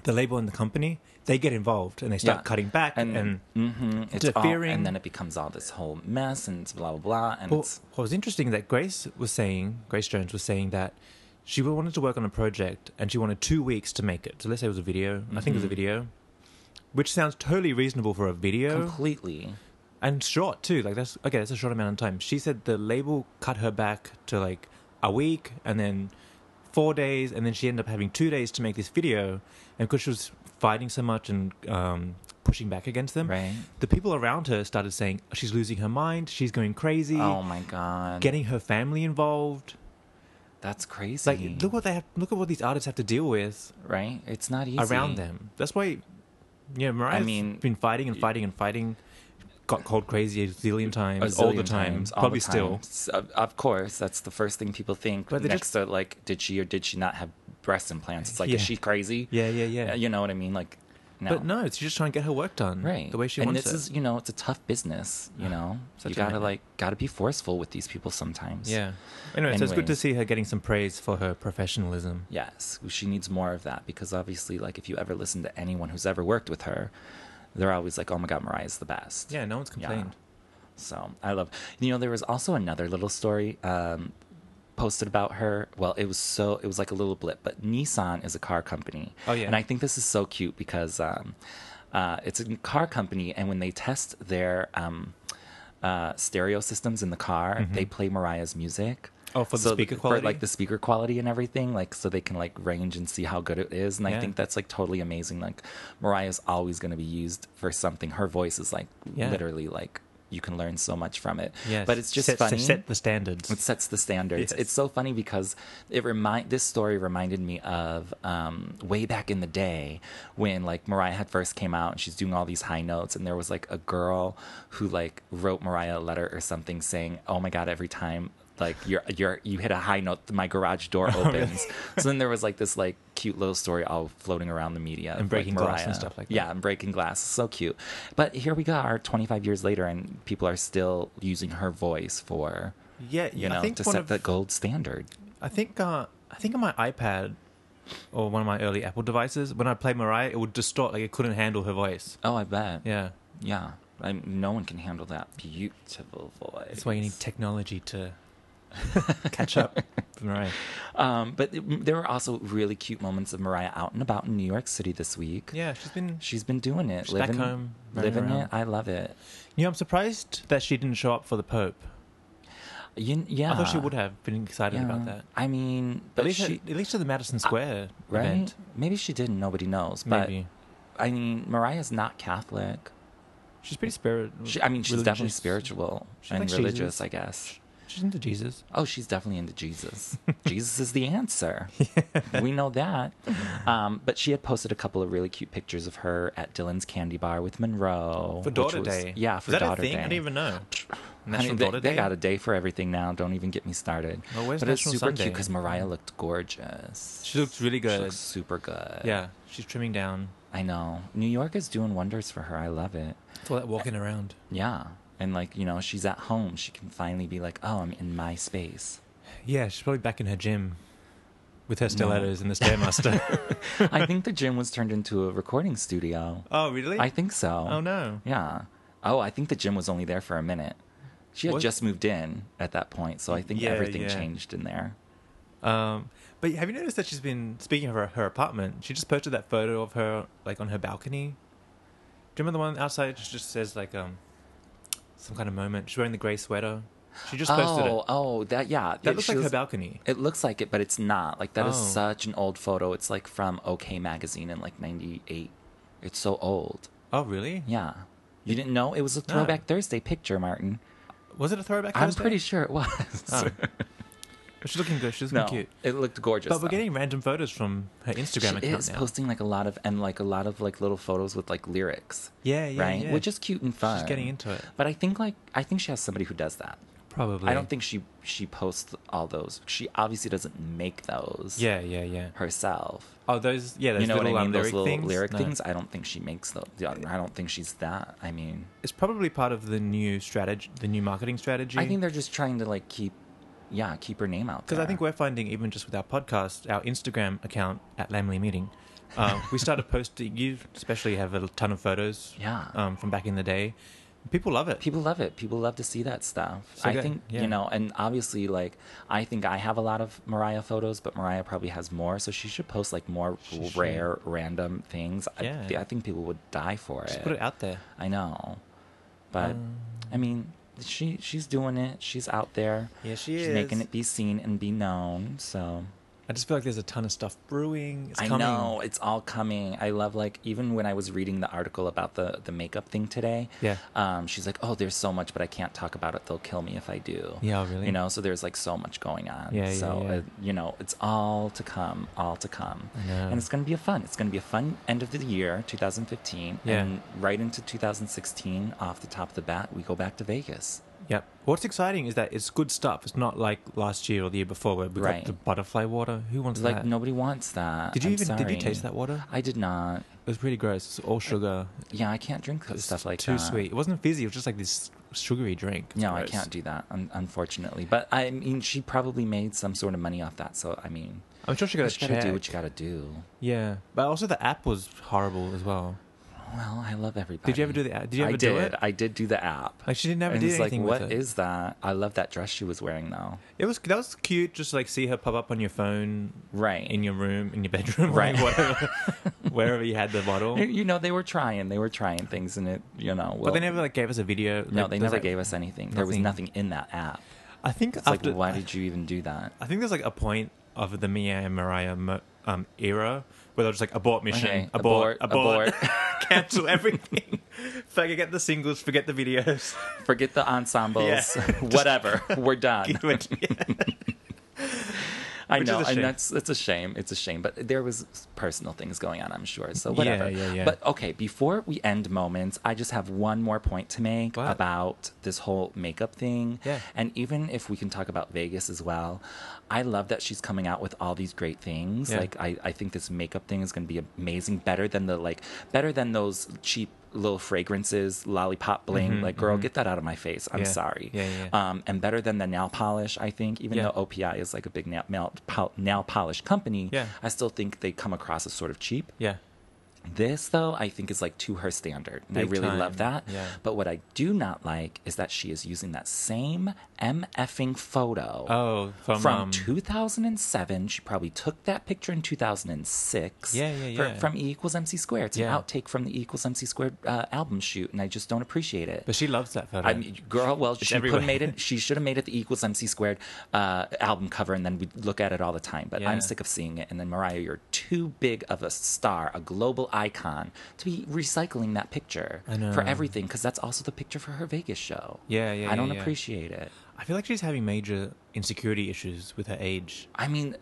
the label and the company, they get involved and they start
Yeah.
cutting back. And,
hmm it's
Interfering.
all, and then it becomes all this whole mess and it's blah blah blah and
Well,
it's
what was interesting is that Grace was saying, Grace Jones was saying that she wanted to work on a project and she wanted two weeks to make it. So let's say it was a video. I think it was a video, which sounds totally reasonable for a video.
completely
and short too. Like that's okay. That's a short amount of time. She said the label cut her back to like a week, and then four days, and then she ended up having two days to make this video. And because she was fighting so much and um, pushing back against them,
Right.
the people around her started saying she's losing her mind. She's going crazy.
oh my god
Getting her family involved.
That's
It's
crazy.
Like, look what they have. Look at what these artists have to deal with
right? It's not easy
around them. That's why, yeah, Mariah's
mean-
been fighting and fighting and fighting. Got called crazy a zillion
A
times, all the
zillion
time,
times, all
probably
the
still.
time. S- Of, of course, that's the first thing people think.
But
But
they
next
just-
to like, did she or did she not have breast implants? It's like, is
Yeah.
she crazy?
Yeah, yeah, yeah.
Uh, You know what I mean? Like, no.
But no, she's just trying to get her work done,
Right.
The way she
and
wants
this
it.
is, you know, it's a tough business. You know,
Such
you
a
gotta
nightmare.
like, gotta be forceful with these people sometimes.
yeah. Anyway, so it's good
Anyway.
to see her getting some praise for her professionalism.
Yes, she needs more of that because obviously, like, if you ever listen to anyone who's ever worked with her, they're always like, "Oh my God, Mariah's the best."
Yeah, no one's complained.
So I love, you know, there was also another little story um, posted about her. Well, it was so, it was like a little blip, but Nissan is a car company.
Oh, yeah.
And I think this is so cute because um, uh, it's a car company, and when they test their um, uh, stereo systems in the car, they play Mariah's music.
Mm-hmm. Oh, for the speaker
For, like
quality?
the speaker quality and everything, like so they can like range and see how good it is. And I
Yeah.
think that's like totally amazing. Like Mariah's always going to be used for something. Her voice is like
Yeah.
literally like you can learn so much from it.
Yes.
But it's just
set,
funny.
Set the standards.
It sets the standards.
Yes.
It's so funny because it remind this story reminded me of um, way back in the day when like Mariah had first came out and she's doing all these high notes and there was like a girl who like wrote Mariah a letter or something saying, "Oh my god, every time." Like you're you're you hit a high note, my garage door
Oh,
opens. so then there was like this like cute little story all floating around the media
And
of,
breaking
like,
glass and
Mariah.
stuff like that.
Yeah, and breaking glass, so cute. But here we are, 25 years later, and people are still using her voice for
yeah,
you
I
know,
think
to
one
set
of,
the gold standard.
I think uh, I think on my iPad or one of my early Apple devices, when I played Mariah, it would distort like it couldn't handle her voice.
Oh, I bet.
Yeah,
Yeah. I, no one can handle that beautiful voice.
that's why you need technology to catch up. Mariah.
Um, but it- there were also really cute moments of Mariah out and about in New York City this week.
Yeah, she's been.
She's been doing it.
She's back
living,
home, running
living
around.
it. I love it.
You know, I'm surprised that she didn't show up for the Pope.
You, yeah.
I thought she would have been excited
yeah.
about that.
I mean,
At
but
least,
she,
at, at least at the Madison Square
right?
event,
Maybe she didn't. Nobody knows. But
maybe.
I mean, Mariah's not Catholic.
She's pretty spirit.
She, I mean, she's definitely
religious.
spiritual
She
and
likes
religious,
Jesus.
I guess.
She's into Jesus.
Oh, she's definitely into Jesus. Jesus is the answer. We know that. Um, but she had posted a couple of really cute pictures of her at Dylan's Candy Bar with Monroe
For
Oh, which
Daughter
was-
Day.
Yeah,
Is
for
that a
Daughter
thing?
Day.
I didn't even know.
Honey,
National
they,
Daughter
they
Day?
got a day for everything now. Don't even get me started.
Oh, where's
but it's
National
super
Sunday?
cute because Mariah looked gorgeous.
She looks really
She
good.
looks super good.
yeah, she's trimming down.
I know. New York is doing wonders for her. I love it.
It's all that walking around.
Yeah. And like, you know, she's at home. She can finally be like, oh, I'm in my space.
Yeah, she's probably back in her gym with her stilettos and the stairmaster.
I think the gym was turned into a recording studio.
oh, really?
I think so.
Oh no.
Yeah. Oh, I think the gym was only there for a minute. She had
Was-
just moved in at that point, so I think
Yeah,
everything
yeah.
changed in there.
Um, but have you noticed that she's been speaking of her, her apartment? She just posted that photo of her like on her balcony. Do you remember the one outside? She just says like um, some kind of moment. She's wearing the gray sweater. She just posted
oh,
it.
oh, that yeah.
That
it-
looks
she
like her
was-
balcony.
It looks like it, but it's not. Like that is
Oh.
such an old photo. It's like from OK magazine in like '98. It's so old.
Oh, really?
Yeah. You didn't know it was a
No.
Throwback Thursday picture, Martin.
Was it a throwback?
I'm
Thursday?
pretty sure it was.
Oh. But Oh, she's looking good. She's looking
no,
cute.
it looked gorgeous.
But we're
though.
getting random photos from her Instagram
she
account
is
now.
posting like a lot of and like a lot of like little photos with like lyrics.
yeah, yeah,
right?
yeah.
Which is cute and fun.
She's getting into it.
But I think like I think she has somebody who does that.
Probably.
I don't think she she posts all those. She obviously doesn't make those.
Yeah, yeah, yeah.
Herself.
Oh, those. Yeah, those
you know
little,
what I mean?
um,
Those
lyric
little
things?
lyric
No.
things. I don't think she makes those. Yeah, I don't think she's that. I mean,
It's probably part of the new strategy, the new marketing strategy.
I think they're just trying to like keep, yeah, keep her name out.
because I think
there.
we're finding even just with our podcast, our Instagram account at Lamley Meeting, um, we started posting. You especially have a ton of photos.
Yeah.
Um, from back in the day, people love it.
people love it. People love to see that stuff.
So
I
good,
think
yeah.
you know, and obviously, like I think I have a lot of Mariah photos, but Mariah probably has more. So she should post like more
should.
rare, random things.
Yeah.
I, I think people would die for
Just
it.
put it Um, out there.
I know, but I mean, she she's doing it. She's out there.
Yeah, she
she's making
is.
it be seen and be known. So
I just feel like there's a ton of stuff brewing. It's
I
coming.
know it's all coming. I love like even when I was reading the article about the the makeup thing today.
Yeah.
Um, she's like, oh, there's so much, but I can't talk about it. They'll kill me if I do.
Yeah, really?
You know, so there's like so much going on.
Yeah, yeah,
So
yeah.
Uh, you know, it's all to come, all to come,
I know.
and it's gonna be a fun. It's gonna be a fun end of the year, 2015,
Yeah.
and right into 2016. Off the top of the bat, we go back to Vegas.
Yep. What's exciting is that it's good stuff. It's not like last year or the year before where we
Right.
got the butterfly water. Who wants
Like
that?
nobody wants that.
Did you
I'm
even did you
sorry.
taste that water?
I did not.
It was pretty gross. It's all sugar.
Yeah, I can't drink
It's
stuff like
too
that.
sweet. It wasn't fizzy. It was just like this sugary drink. It's
No, I
gross.
can't do that, un- unfortunately. But I mean, she probably made some sort of money off that. So I mean,
I'm sure she
you
got a
just gotta
check.
do what you gotta do.
yeah, but also the app was horrible as well.
Well, I love everybody.
Did you ever do the app? Did you ever
I
do
did.
it?
I did do the app.
Like she didn't ever
and
do
it's like,
anything
what is
with it.
that? I love that dress she was wearing though.
It was that was cute. Just to, like see her pop up on your phone,
Right.
in your room, in your bedroom,
Right.
like, whatever, wherever you had the bottle.
You- You know, they were trying. They were trying things, and it, you know, well,
But they never like gave us a video.
No,
Like,
they
there's,
never
like-
gave us anything. There was
nothing.
nothing in that app.
I think
It's
after
like, why did you even do that?
I think there's like a point of the Mia and Mariah mo- um, era where they're just like abort mission,
Okay,
abort, abort,
abort,
cancel everything. forget the singles, forget the videos.
Forget the ensembles,
Yeah.
whatever. We're done.
Give it-
I
Which is
know,
a
and
shame.
that's it's a shame. It's a shame, but there was personal things going on, I'm sure. So whatever.
yeah, yeah.
But okay, before we end moments, I just have one more point to make
What?
about this whole makeup thing.
Yeah.
And even if we can talk about Vegas as well, I love that she's coming out with all these great things.
Yeah.
Like I, I think this makeup thing is going to be amazing, better than the like, better than those cheap little fragrances, lollipop bling. like, girl, get that out of my face. I'm
Mm-hmm, Yeah.
sorry.
Yeah, yeah, yeah.
Um, and better than the nail polish, I think. Even
Yeah.
though OPI is like a big nail, nail, pol- nail polish company,
Yeah.
I still think they come across as sort of cheap.
yeah,
This, though, I think is like to her standard. And I
Big
really
time.
love that.
Yeah.
But what I do not like is that she is using that same MFing photo.
Oh, from, um,
2007. She probably took that picture in 2006.
Yeah, yeah,
for-
yeah.
from E equals MC squared. It's
Yeah.
an outtake from the E equals MC squared uh, album shoot, and I just don't appreciate it.
but she loves that photo.
I mean, girl, well, she could
everywhere.
have made it. She should have made it the equals MC squared uh, album cover, and then we would look at it all the time. But
Yeah.
I'm sick of seeing it. And then Mariah, you're too big of a star, a global icon, to be recycling that picture
I know.
for everything, because that's also the picture for her Vegas show.
Yeah, yeah,
I don't
yeah, yeah.
appreciate it.
I feel like she's having major insecurity issues with her age.
I mean,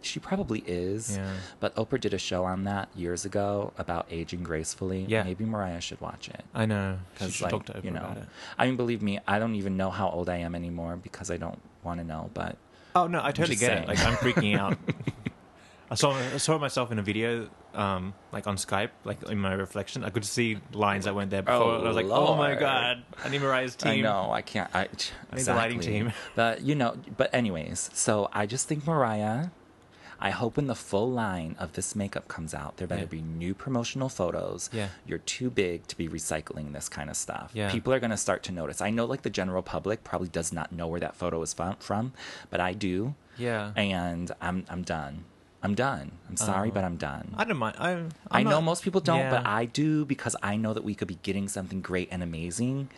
she probably is.
Yeah.
But Oprah did a show on that years ago about aging gracefully.
Yeah.
Maybe Mariah should watch it.
I know. She
because
should
like
talk to Oprah
you know,
about it.
I mean, believe me, I don't even know how old I am anymore because I don't want to know. But
Oh no, I totally
just
get it.
saying.
Like I'm freaking out. I saw I saw myself in a video, um, like on Skype, like in my reflection. I could see lines that weren't there before.
Oh,
and I was like, oh my
Lord.
god, I need Mariah's team.
I know I can't. I,
need the lighting
exactly.
team.
But you know, but anyways, so I just think Mariah. I hope when the full line of this makeup comes out, there better
Yeah.
be new promotional photos.
Yeah.
You're too big to be recycling this kind of stuff.
Yeah.
People are going to start to notice. I know, like, the general public probably does not know where that photo is fo- from, but I do.
Yeah. Oh.
And I'm, I'm done. I'm done. I'm sorry, but I'm done.
I don't mind. I'm, I'm
i know
not-
most people don't, but
Yeah.
I do because I know that we could be getting something great and amazing.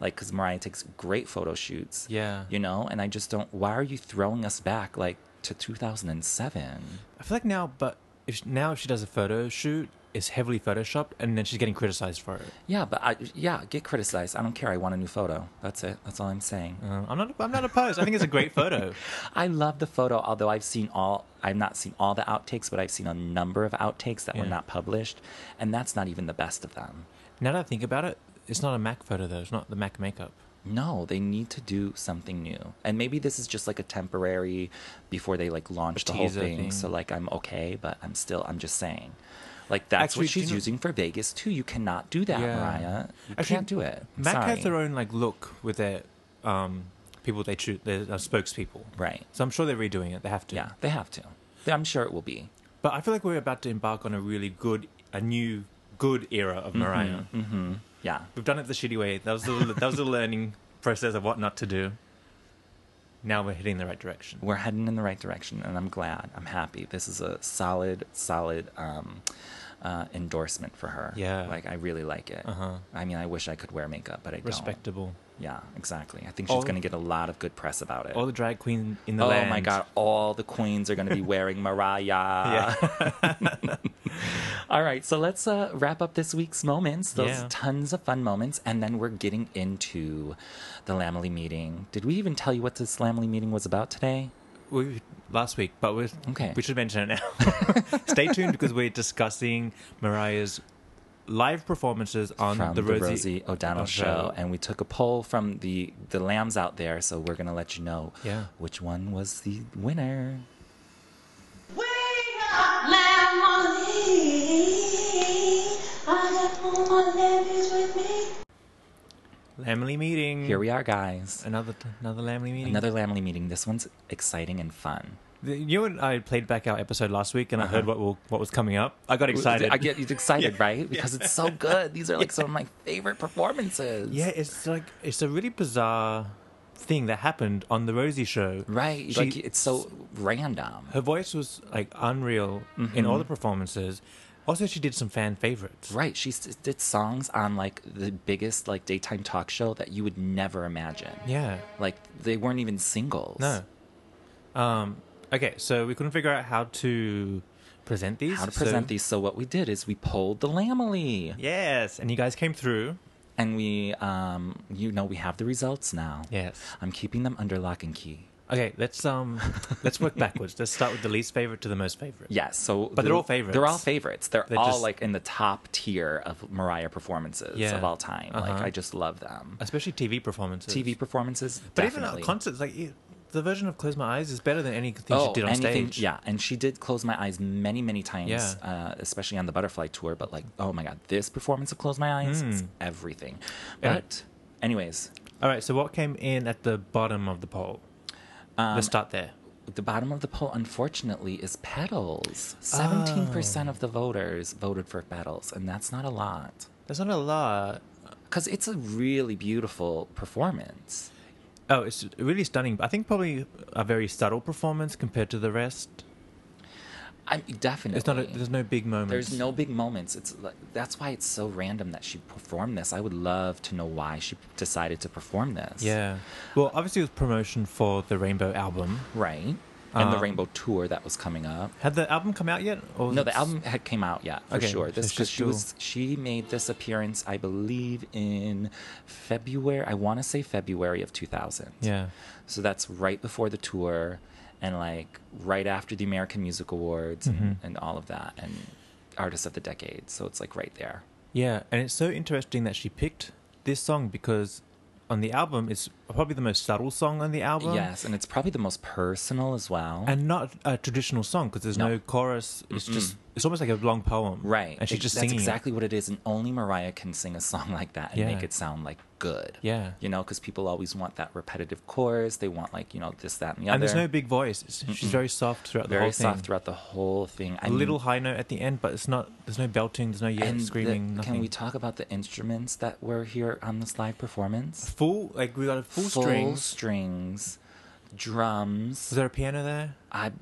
Like, because Mariah takes great photo shoots.
Yeah.
You know, and I just don't. Why are you throwing us back like to 2007?
I feel like now, but if she, now if she does a photo shoot, it's heavily photoshopped, and then she's getting criticized for it.
Yeah, but I, yeah, get criticized. I don't care. I want a new photo. That's it. That's all I'm saying.
Uh, I'm not. I'm not opposed. I think it's a great photo.
I love the photo, although I've seen all, I've not seen all the outtakes, but I've seen a number of outtakes that were
Yeah.
not published. And that's not even the best of them.
Now that I think about it, it's not a Mac photo though. It's not the Mac makeup.
No, they need to do something new. And maybe this is just like a temporary before they like launch the whole
teaser
thing.
thing.
So like I'm okay, but I'm still I'm just saying. Like that's
Actually,
what
do you
she's
know-
using for Vegas too. You cannot do that,
Yeah.
Mariah. You
Actually,
can't do it. I'm
Mac
Sorry.
has their own like look with their um, people they choose, their uh, spokespeople.
Right.
So I'm sure they're redoing it. They have to.
Yeah, they have to. I'm sure it will be.
But I feel like we're about to embark on a really good, a new good era of Mariah.
Mm-hmm. Yeah.
We've done it the shitty way. That was the that was the learning process of what not to do. Now we're heading the right direction.
We're heading in the right direction and I'm glad. I'm happy. This is a solid, solid um uh, endorsement for her.
Yeah.
Like I really like it.
Uh-huh.
I mean I wish I could wear makeup, but I don't.
Respectable.
Yeah, exactly. I think she's
All-
going to get a lot of good press about it.
All the drag queen in the
oh
land.
my God, all the queens are going to be wearing Mariah.
Yeah.
All right, so let's uh, wrap up this week's moments. Those
Yeah.
tons of fun moments. And then we're getting into the Lamely meeting. Did we even tell you what this Lamely meeting was about today?
we, last week, but we're,
Okay.
we should mention it now. Stay tuned because we're discussing Mariah's live performances on
from
the Rosie,
O'Donnell show. and we took a poll from the the lambs out there. So we're gonna let you know
Yeah.
which one was the winner.
We got Lamborghini. I got all my ladies with me.
Lamley meeting.
Here we are, guys.
Another another Lamley meeting.
Another Lamely meeting. This one's exciting and fun.
The- You and I played back our episode last week, and I heard what will, what was coming up. I got excited.
Uh-huh. I get excited, right? Because it's so good. These are like some of my favorite performances.
Yeah, it's like it's a really bizarre thing that happened on the Rosie show.
Right?
She-
like it's so random.
her voice was like unreal in
Mm-hmm.
all the performances. Also, she did some fan favorites.
Right. She s- did songs on like the biggest like daytime talk show that you would never imagine.
Yeah.
Like they weren't even singles.
No. Um. Okay, so we couldn't figure out how to present these.
How to
So-
present these. So what we did is we polled the Lamely,
Yes, and you guys came through.
and we, um, you know, we have the results now.
Yes.
I'm keeping them under lock and key.
Okay, let's um, let's work backwards. Let's start with the least favorite to the most favorite.
Yes, so
But they're all
They're all
favorites.
favorites. They're,
They're
all
just-
like in the top tier of Mariah performances
Yeah.
of all time. Like
Uh-huh.
I just love them.
especially TV performances.
TV performances,
but even uh,
definitely.
at concerts, like you- the version of "Close My Eyes" is better than anything she did on stage.
Oh, Yeah, and she did close my eyes many, many times,
Yeah.
uh, especially on the Butterfly tour. But like, oh my god, this performance of Close My Eyes is everything.
Hmm. Yeah.
But, anyways,
All right. So what came in at the bottom of the poll?
Um,
let's start there.
the bottom of the poll, unfortunately, is
Oh.
Petals. Seventeen percent of the voters voted for Petals, and that's not a lot
There's not a lot.
because it's a really beautiful performance.
Oh, it's really stunning. I think probably a very subtle performance compared to the rest.
I mean, definitely.
It's not. A, there's no big moments.
There's no big moments. It's like, that's why it's so random that she performed this. I would love to know why she decided to perform this.
Yeah. Well, obviously it was promotion for the Rainbow album.
right? And the
Um,
Rainbow Tour that was coming up.
Had the album come out yet? Or
No, the
it's-
album had came out yet for
Okay,
sure.
so
This
she's
because she
still-
was she made this appearance, I believe, in February. I want to say February of 2000.
Yeah.
So that's right before the tour, and like right after the American Music Awards and,
Mm-hmm.
and all of that, and Artist of the Decade. So it's like right there.
Yeah, and it's so interesting that she picked this song because on the album it's probably the most subtle song on the album.
yes, and it's probably the most personal as well.
And not a traditional song because there's no.
No.
chorus. It's just it's almost like a long poem.
Right.
And she's
It-
just
that's
singing. it.
exactly what it is. And only Mariah can sing a song like that and
Yeah.
make it sound like good.
Yeah.
You know, because people always want that repetitive chorus. They want, like, you know, this, that, and the other.
And there's no big voice. It's, she's very soft throughout the
Very
whole thing.
soft throughout the whole thing. I
A
mean,
little high note at the end, but it's not. There's no belting. There's no yelling,
and the-
screaming. nothing.
Can we talk about the instruments that were here on this live performance?
full like we got a full,
Full
string.
strings, drums.
Is there a piano there?
I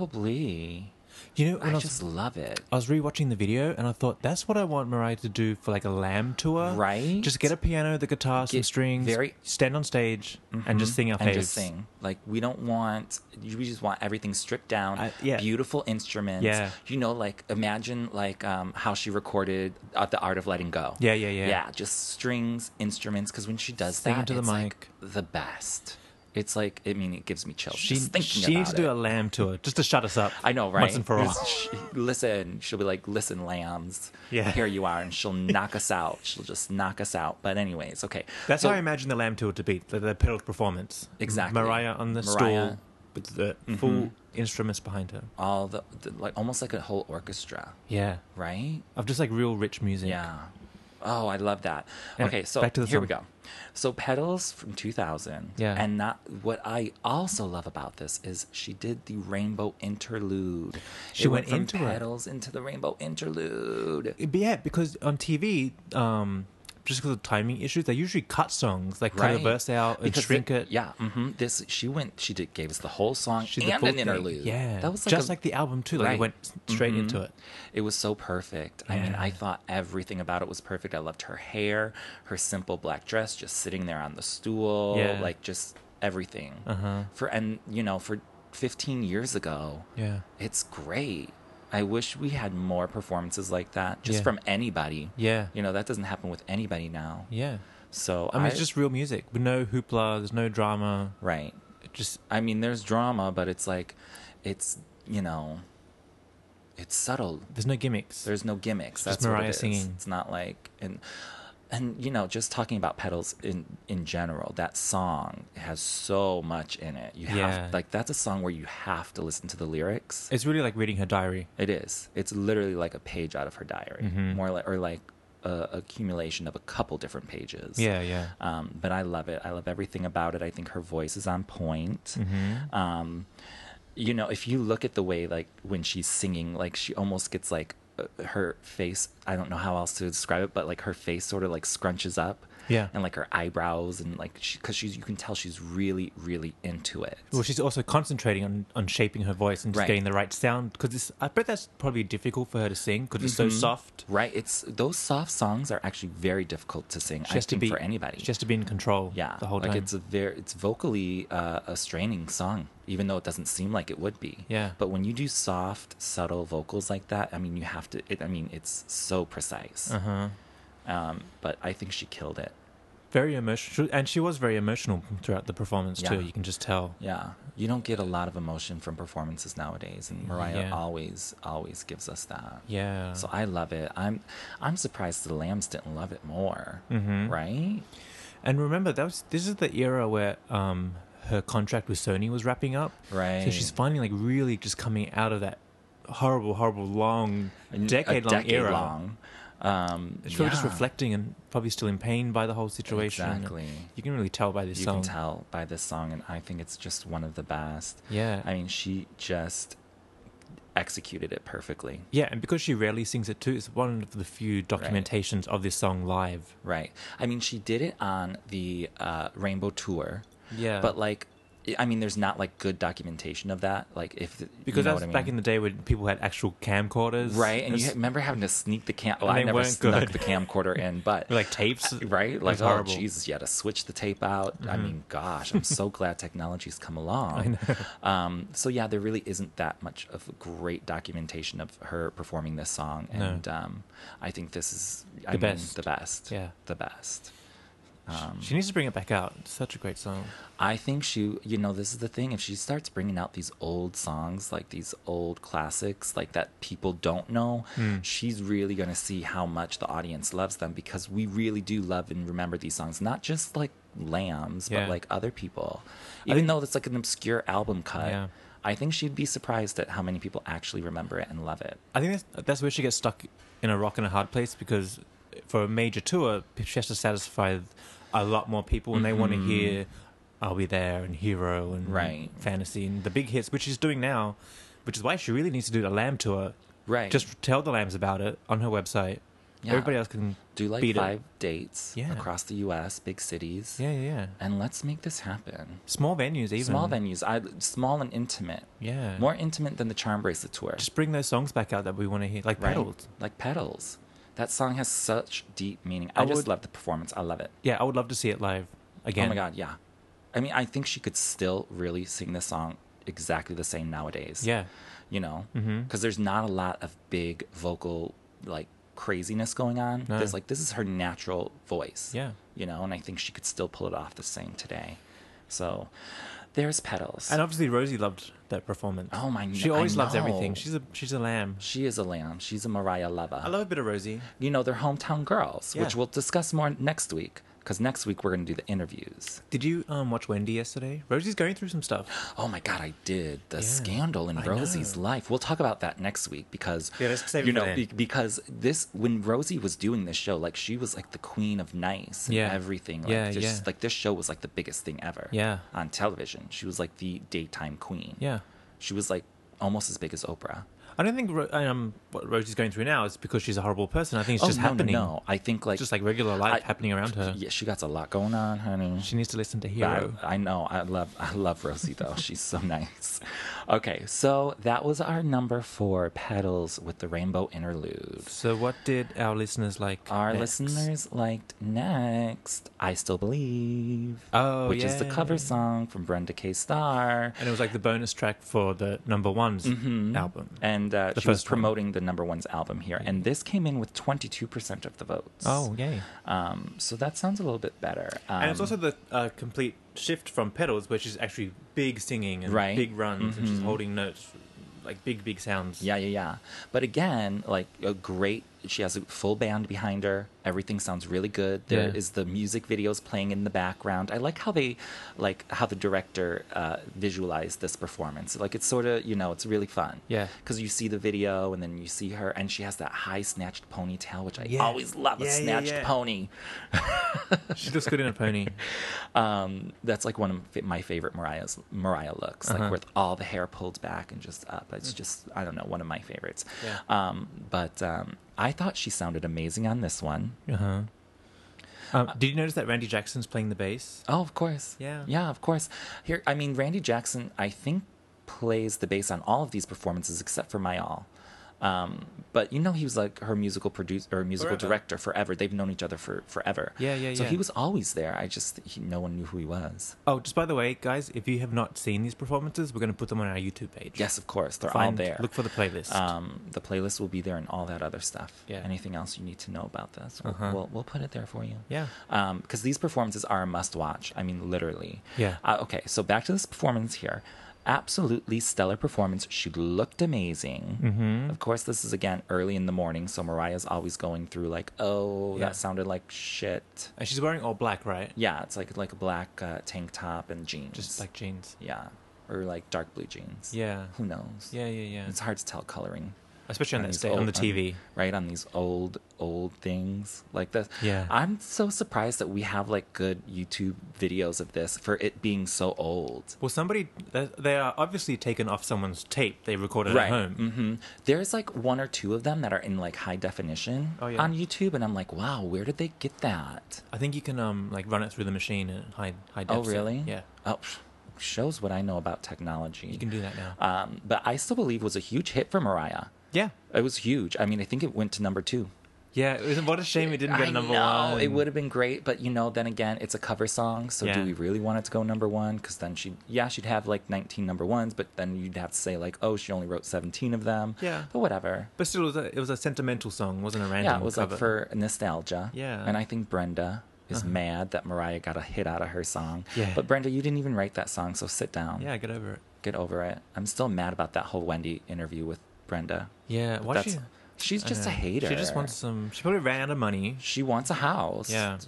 probably.
You know, when I,
I
was,
just love it.
I was rewatching the video and I thought that's what I want Mariah to do for like a Lamb tour,
Right?
Just get a piano, the guitar, some
Get
strings,
very- Mm-hmm.
stand on stage and just sing our
and
faves.
just sing. Like we don't want we just want everything stripped down.
I- yeah.
Beautiful instruments.
Yeah.
You know, like imagine like um, how she recorded uh, the art of letting go.
Yeah, yeah, yeah.
Yeah, just strings, instruments. Because when she does
Sing
that,
into the
it's
mic.
like the best. It's like I mean, it gives me chills.
She,
just thinking
she
about
needs to
it.
do a Lamb tour just to shut us up.
I know, right?
Once and for all.
She- listen, she'll be like, "Listen, lambs,
Yeah.
here you are," and she'll knock us out. She'll just knock us out. But anyways, okay.
That's
So-
how I imagine the Lamb tour to be the, the pedal performance.
Exactly.
Mariah on the
Mariah. Mm-hmm.
stool with the full instruments behind her.
all the, the like almost like a whole orchestra,
Yeah,
right?
of just like real rich music.
Yeah. Oh, I love that.
Anyway,
okay, so
back to the
here we
song.
go. So Petals from 2000.
Yeah.
And that what I also love about this is she did the rainbow interlude.
She went
from
into it.
Petals into the rainbow interlude.
It'd be- yeah, because on TV, um, just because of timing issues, they usually cut songs, like cut a verse out and
Because
shrink
the-
it.
Yeah. hmm This she went. She did gave us the whole song
She did the
and
full
an
thing.
interlude.
Yeah,
That was like
just
a-
like the album too. Like
Right. Mm-hmm.
it went s- straight into it.
It was so perfect. I mean, I
Yeah.
thought everything about it was perfect. I loved her hair, her simple black dress, just sitting there on the stool,
Yeah. Uh-huh.
like just everything. For and you know, for 15 years ago,
Yeah.
it's great. I wish we had more performances like that, just
Yeah.
from anybody.
Yeah.
you know that doesn't happen with anybody now.
Yeah,
So
I mean it's just real music with no hoopla. There's no drama.
right.
It Just
I mean, there's drama, but it's like, it's you know, it's subtle.
there's no gimmicks.
There's no gimmicks. That's what
Mariah
it is.
singing.
It's not like and and you know, just talking about pedals in in general, that song has so much in it. You
Yeah.
have like that's a song where you have to listen to the lyrics.
it's really like reading her diary.
It is. It's literally like a page out of her diary,
Mm-hmm.
more like or like a accumulation of a couple different pages.
Yeah, yeah.
Um, but I love it. I love everything about it. I think her voice is on point.
Mm-hmm.
Um, you know, if you look at the way like when she's singing, like she almost gets like uh, her face. I don't know how else to describe it, but like her face sort of like scrunches up.
Yeah.
and like her eyebrows and like because she's you can tell she's really really into it.
Well, she's also concentrating on, on shaping her voice and just
Right.
getting the right sound because I bet that's probably difficult for her to sing because it's
Mm-hmm.
so soft.
Right. It's those soft songs are actually very difficult to sing.
She
I
has to
think
be
for anybody.
She has to be in control.
yeah.
the whole
like
time.
it's a very it's vocally uh, a straining song. even though it doesn't seem like it would be.
Yeah.
But when you do soft, subtle vocals like that, I mean, you have to. It, I mean, it's so precise.
Uh huh.
Um, but I think she killed it.
Very emotional, and she was very emotional throughout the performance
Yeah.
too. You can just tell.
Yeah, you don't get a lot of emotion from performances nowadays, and Mariah
Yeah.
always, always gives us that.
Yeah.
So I love it. I'm, I'm surprised the Lambs didn't love it more.
Mm-hmm.
Right?
And remember, that was this is the era where um, her contract with Sony was wrapping up.
Right.
So she's finally like really just coming out of that horrible, horrible long
A
decade long
decade
era.
long. Um,
She's probably just
yeah.
reflecting and probably still in pain by the whole situation.
Exactly.
You can really tell by this
You
song.
can tell by this song, and I think it's just one of the best.
Yeah.
I mean, she just executed it perfectly.
Yeah, and because she rarely sings it too, it's one of the few documentations of this song live.
Right. I mean, she did it on the uh, Rainbow Tour.
Yeah.
But like, I- I mean, there's not like good documentation of that. Like, if
Because
you know
that was
what I mean?
back in the day when people had actual camcorders.
right, and you
It's-
ha- remember having to sneak the cam. Well,
And
I
they
never
weren't
snuck
good.
the camcorder in, but
like tapes.
right,
It
like
was
oh
horrible. Mm-hmm.
Jesus, you had to switch the tape out. I mean, gosh, I'm so glad technology's come along. Um, so yeah, there really isn't that much of great documentation of her performing this song,
No.
and um, I think this is I
The
mean,
best.
the best,
Yeah.
the best. um,
She needs to bring it back out. It's such a great song.
I think she, you know, this is the thing. If she starts bringing out these old songs, like these old classics, like that people don't know,
Hmm.
she's really going to see how much the audience loves them because we really do love and remember these songs, not just like Lambs,
Yeah.
but like other people. Even though it's like an obscure album cut,
Yeah.
I think she'd be surprised at how many people actually remember it and love it.
I think that's, that's where she gets stuck in a rock and a hard place because for a major tour, she has to satisfy a lot more people and they want to hear Are We There and Hero and
Mm-hmm. Right.
Fantasy and the big hits, which she's doing now, which is why she really needs to do the Lamb tour.
Right.
Just tell the Lambs about it on her website.
Yeah.
Everybody else can
do like
beat
five
it.
dates
Yeah.
across the US, big cities.
Yeah, yeah, yeah.
And let's make this happen.
Small venues, even.
Small venues, I small and intimate.
Yeah.
more intimate than the Charm Bracelet tour.
Just bring those songs back out that we want to hear, like
right?
Petals.
like petals. That song has such deep meaning. I,
I
just
would-
love the performance. I love it.
Yeah, I would love to see it live again.
Oh my god, yeah. I mean, I think she could still really sing this song exactly the same nowadays.
Yeah. Mm-hmm.
you know, because there's not a lot of big vocal like craziness going on.
No.
There's like this is her natural voice.
Yeah.
you know, and I think she could still pull it off the same today. So there's petals.
And obviously, Rosie loved that performance.
Oh my-
She
I
always loves
know.
everything. She's a she's a lamb.
she is a lamb. She's a Mariah lover.
I love a bit of Rosie.
you know, their hometown girls, which
Yeah.
we'll discuss more next week. Because next week we're going to do the interviews.
Did you um, watch Wendy yesterday? Rosie's going through some stuff.
Oh my God, I did the
Yeah,
scandal in
I
Rosie's
know.
life. We'll talk about that next week because
Yeah, let's save
you
it for
know
then.
be- because this when Rosie was doing this show, like she was like the queen of nice and
Yeah.
everything. Like,
Yeah,
just,
yeah.
Like this show was like the biggest thing ever.
Yeah.
on television, she was like the daytime queen.
Yeah.
she was like almost as big as Oprah.
I don't think Ro- um, what Rosie's going through now is because she's a horrible person. I think it's
oh
just
no,
happening.
no, no! I think like
Just like regular life
I-
happening around her.
Yeah, she got a lot going on, honey.
She needs to listen to
But
Hero.
I, I know. I love. I love Rosie though. She's so nice. Okay, so that was our number four, "Petals" with the Rainbow Interlude.
So, what did our listeners like?
Our
next?
listeners liked next. I still believe.
Oh,
which is the cover
yay.
song from Brenda K. Starr.
And it was like the bonus track for the number ones album.
And uh,
The
she was
first one.
promoting the number one's album here, and this came in with twenty two percent of the votes.
Oh, yay.
um, so that sounds a little bit better. Um,
and it's also the uh, complete shift from pedals, which is actually big singing and
Right. Mm-hmm.
big runs, and she's holding notes, like big, big sounds.
Yeah, yeah, yeah. But again, like a great. She has a full band behind her. Everything sounds really good. There is the
Yeah.
music videos playing in the background. I like how they, like how the director uh, visualized this performance. Like it's sort of you know it's really fun.
Yeah.
Because you see the video and then you see her and she has that high snatched ponytail, which I
Yeah.
always love a
Yeah, yeah,
snatched
yeah.
pony.
She looks good in a pony.
Um, that's like one of fa- my favorite Mariah's Mariah looks,
Uh-huh.
like with all the hair pulled back and just up. It's just I don't know, one of my favorites.
Mm. Yeah.
Um, but um, I thought she sounded amazing on this one.
Uh-huh. Um, did you notice that Randy Jackson's playing the bass?
Oh, of course.
Yeah.
Yeah, of course. Here, I mean, Randy Jackson, I think plays the bass on all of these performances except for My All. Um, but you know, he was like her musical producer or musical
Forever.
director forever. They've known each other for forever.
Yeah, yeah,
So
yeah.
he was always there. I just he, no one knew who he was.
Oh, just by the way, guys, if you have not seen these performances, we're going to put them on our YouTube page.
Yes, of course, they're all
Find-
there.
Look for the playlist.
um, the playlist will be there and all that other stuff.
Yeah.
Anything else you need to know about this, we'll,
Uh-huh.
we'll, we'll put it there for you.
Yeah.
Because these performances are a must watch. I mean, literally.
Yeah.
Uh, okay, so back to this performance here. Absolutely stellar performance. She looked amazing. Mm-hmm. Of course, this is again early in the morning, so Mariah's always going through like, oh,
Yeah.
that sounded like shit.
and she's wearing all black, right?
Yeah, it's like like a black uh, tank top and jeans.
Just like jeans.
yeah, or like dark blue jeans.
Yeah.
Who knows?
Yeah, yeah, yeah.
It's hard to tell coloring
Especially on that
these
stage, on
old-
the TV.
right? On these old, old things like this.
Yeah.
I'm so surprised that we have like good YouTube videos of this for it being so old.
Well, somebody, they- they are obviously taken off someone's tape they recorded at home.
hmm There's like one or two of them that are in like high definition
Oh, yeah.
on YouTube, and I'm like, wow, where did they get that?
I think you can um like run it through the machine and hide hide.
oh, really?
Yeah,
Oh, pff, shows what I know about technology.
you can do that now.
Um, but I still believe was a huge hit for Mariah.
yeah,
It was huge. I mean, I think it went to number two.
yeah. It was, what a shame it didn't
I
get number
know,
one.
It would have been great, but you know, then again, it's a cover song, so
Yeah.
do we really want it to go number one? Because then she, yeah, she'd have like 19 number ones, but then you'd have to say like, oh, she only wrote 17 of them.
Yeah.
but whatever.
But still, it was, a, it was a sentimental song, wasn't a random
yeah, it was
cover.
like for nostalgia.
Yeah. Uh-huh.
and I think Brenda is mad that Mariah got a hit out of her song.
Yeah.
but Brenda, you didn't even write that song, so sit down.
yeah, get over it.
get over it. I'm still mad about that whole Wendy interview with Brenda.
Yeah, why
That's-
she?
She's
I
just a
know.
hater.
Uh, She just wants some. She probably ran out of money.
She wants a house.
Yeah.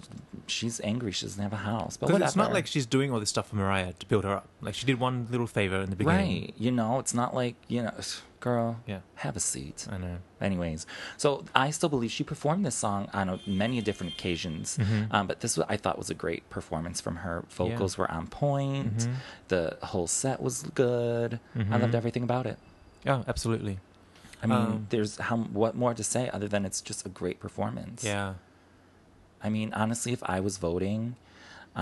She's angry. She doesn't have a house. But
Because
whatever.
it's not like she's doing all this stuff for Mariah to build her up. Like she did one little favor in the beginning.
right. You know, it's not like you know, girl.
Yeah.
Have a seat.
I know.
Anyways, so I still believe she performed this song on a, many different occasions.
Mm-hmm.
Um, but this was, I thought was a great performance from her. Vocals were on point.
Mm-hmm.
The whole set was good. I loved everything about it.
Yeah, absolutely.
I mean,
Um,
there's how what more to say other than it's just a great performance.
Yeah.
I mean, honestly, if I was voting,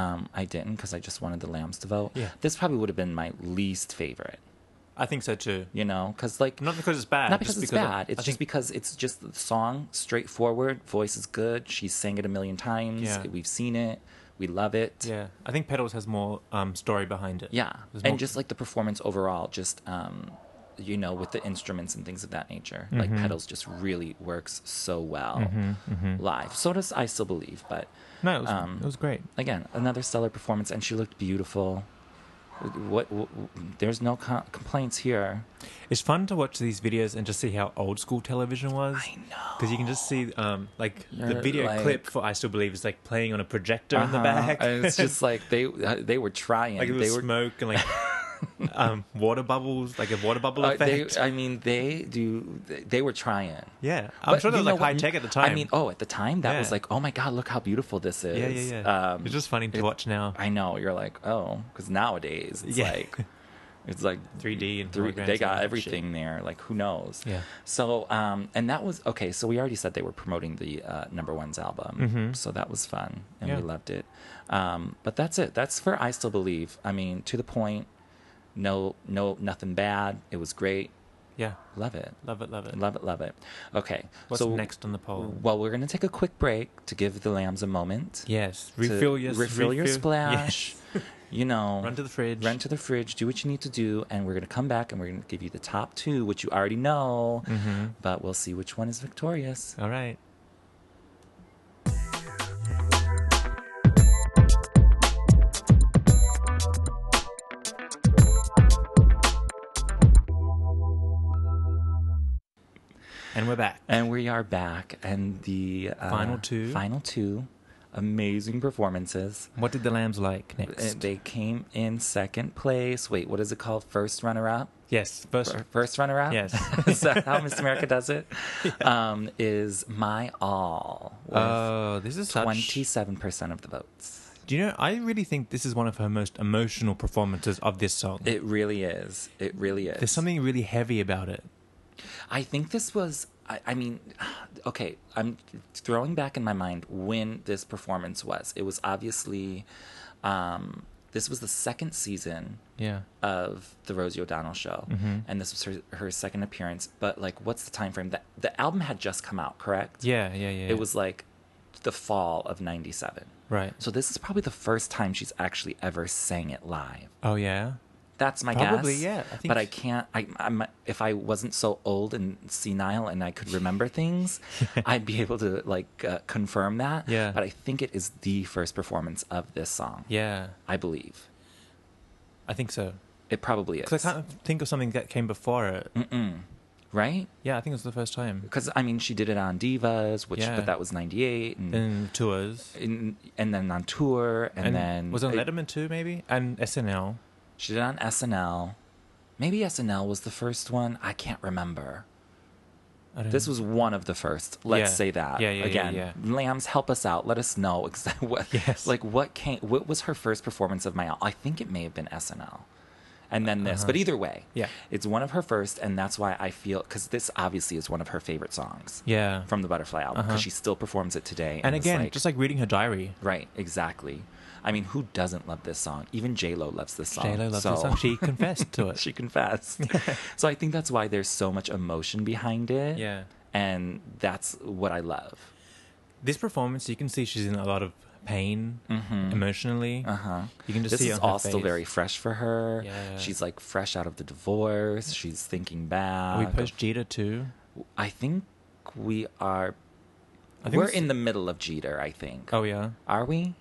um, I didn't because I just wanted the lambs to vote.
Yeah.
This probably would have been my least favorite,
I think so too.
you know, because like
Not because it's bad.
not because
just
it's bad.
I
It's
think-
just because it's just the song, straightforward. Voice is good. She's sang it a million times.
Yeah.
We've seen it. We love it.
Yeah, I think Petals has more um, story behind it.
Yeah.
There's
and
more-
just like the performance overall, just um, you know, with the instruments and things of that nature, like
Mm-hmm.
pedals just really works so well
mm-hmm.
live. So does I still believe, but
no, it was,
um,
it was great.
again another stellar performance and she looked beautiful what, what there's no com- complaints here
It's fun to watch these videos and just see how old school television was. I know. Because you can just see, um, like, the
You're
video
like-
clip for I Still Believe is, like, playing on a projector in the
Uh-huh.
back.
And it's just like they uh, they were trying
like, there was
they were
smoke and, like, um, water bubbles, like a water bubble
uh, they,
effect.
I mean, they do. They, they were trying.
yeah. I'm
But
sure that
you
was,
know
like,
what?
high tech at the time.
I mean, oh, at the time, that
Yeah.
was like, oh my god, look how beautiful this is.
yeah, yeah, yeah.
Um,
it's just funny to
it-
watch now.
I know. You're like, oh, because nowadays it's
Yeah.
like, it's like
3D and
three,
holograms
they
and
got
shit.
everything there. Like, who knows?
Yeah.
So, um, and that was okay. So we already said they were promoting the uh, number one's album, so that was fun, and
Mm-hmm. Yeah.
we loved it. Um, but that's it. That's for I still believe. I mean, to the point. No, no, nothing bad. It was great.
yeah.
Love it.
Love it, love it.
Love it, love it. Okay.
What's
so
next on the poll?
Well, we're gonna take a quick break to give the lambs a moment
Yes.
to
Refill your...
refill your splash. You know,
Run to the fridge.
Run to the fridge. Do what you need to do, and we're gonna come back and we're gonna give you the top two, which you already know. But we'll see which one is victorious.
All right. And we're back.
And we are back, and the uh,
Final two.
final two, amazing performances.
What did the lambs like
Uh,
next?
They came in second place. Wait, what is it called? First runner up.
yes, first.
Fir- First runner up.
Yes.
is that how Miss America does it? Um, is my all with
Oh, this is such.
twenty-seven percent of the votes.
Do you know? I really think this is one of her most emotional performances of this song.
It really is. It really is.
There's something really heavy about it.
I think this was. I, I mean, okay. I'm throwing back in my mind when this performance was. It was obviously um, This was the second season
Yeah.
of the Rosie O'Donnell show,
Mm-hmm.
and this was her her second appearance. But like, what's the time frame? The, the album had just come out, correct?
Yeah, yeah, yeah.
It was like the fall of '97.
Right.
So this is probably the first time she's actually ever sang it live.
Oh yeah.
That's my
Probably,
guess.
yeah. I think
but I
s-
can't. I, I'm if I wasn't so old and senile and I could remember things, I'd be able to like uh, confirm that.
Yeah.
But I think it is the first performance of this song.
Yeah.
I believe
I think so.
it probably
Because
is.
I can't think of something that came before it.
Mm. Right?
Yeah, I think it was the first time.
Because I mean, she did it on Divas, which
Yeah.
but that was '98, and, and
In tours.
and then on tour, and, then
was it on
it-
Letterman too, maybe? And SNL.
She did it on SNL. Maybe SNL was the first one. I can't remember.
I don't
This was one of the first. Let's
Yeah.
say that.
Yeah, yeah, yeah,
Again,
yeah.
Lambs, help us out. Let us know exactly what,
Yes.
like what came. What was her first performance of my? al- I think it may have been SNL, and then this. But either way,
Uh-huh. Yeah.
it's one of her first, and that's why I feel because this obviously is one of her favorite songs.
Yeah. Uh-huh.
from the Butterfly album because she still performs it today.
and
it's
again, just like reading her diary.
right, exactly. I mean, who doesn't love this song? Even J Lo loves this song.
J Lo loves
Oh, so.
the song. She confessed to it.
she confessed. so I think that's why there's so much emotion behind it.
Yeah.
And that's what I love.
this performance, you can see she's in a lot of pain emotionally. Uh huh. You can just
Mm-hmm. Uh-huh. This
see it
is
on her
all still
face.
very fresh for her.
Yeah.
She's like fresh out of the divorce. She's thinking back.
Are we post Jeter too?
I think we are.
I think
we're
it's-
in the middle of Jeter, I think.
Oh yeah.
Are we?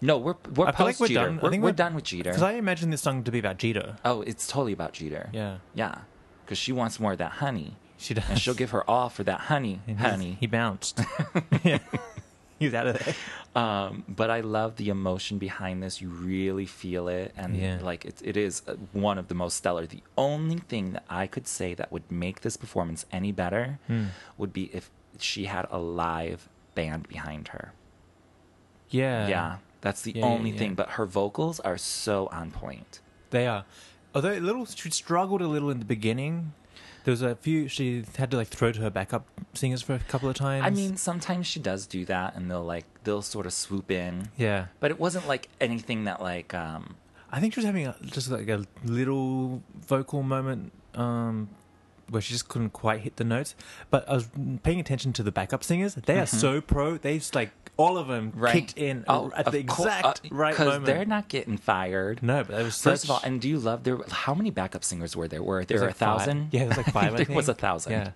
No, we're we're
I feel like
post
we're
Jeter.
done. I
we're,
think
we're done with Jeter.
Because I imagine this song to be about Jeter.
Oh, it's totally about Jeter.
Yeah.
Yeah. Because she wants more of that honey.
She does.
And she'll give her all for that honey,
And he's-
honey.
He bounced. he was out of there.
Um, but I love the emotion behind this. You really feel it, and
Yeah.
like it, it is uh, one of the most stellar. The only thing that I could say that would make this performance any better
Hmm.
would be if she had a live band behind her.
Yeah.
yeah, that's the
yeah,
only
yeah.
thing. But her vocals are so on point.
They are. Although a little, she struggled a little in the beginning. There was a few. She had to like throw to her backup singers for a couple of times.
I mean, sometimes she does do that, and they'll like they'll sort of swoop in.
yeah.
But it wasn't like anything that like um,
I think she was having a, just like a little vocal moment um, where she just couldn't quite hit the notes. But I was paying attention to the backup singers. They are so pro. They've like all of them
Mm-hmm. right Oh,
kicked in at the
of cour-
exact
uh,
right moment.
they're not getting fired.
no, but there was
First of
such-
all, and do you love there? How many backup singers were there? Were there
there was
a thousand?
Five. Yeah, there was like five. I
there was a
think.
thousand.
Yeah,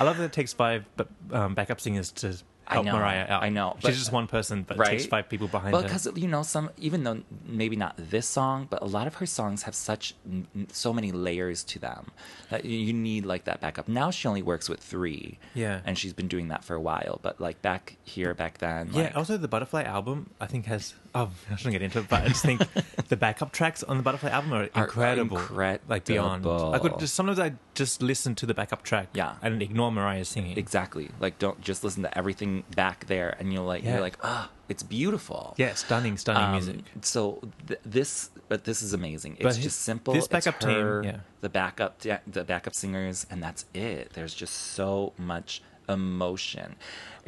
I love that it takes five, but um, backup singers to
I
help
know,
Mariah out.
I know, but-
she's just one person, but it
Right,
takes five people behind
Well,
her.
because you know, some even though maybe not this song, but a lot of her songs have such n- n- so many layers to them that you- you need like that backup. Now she only works with three,
Yeah.
and she's been doing that for a while. But like back here, back then,
Yeah.
like,
Also, the Butterfly album, I think has. Oh, I shouldn't get into it, but I just think the backup tracks on the Butterfly album are
Are
incredible, like beyond.
incredible.
I could just sometimes I just listen to the backup track,
Yeah.
and ignore Mariah singing.
exactly. Like don't just listen to everything back there, and you're like
Yeah.
you're like ah, it's beautiful.
yeah, stunning, stunning
Um,
music.
So th- this, but this is amazing. It's
But his-
just simple.
this
It's
backup team,
her,
yeah.
the backup, da- the backup singers, and that's it. There's just so much emotion.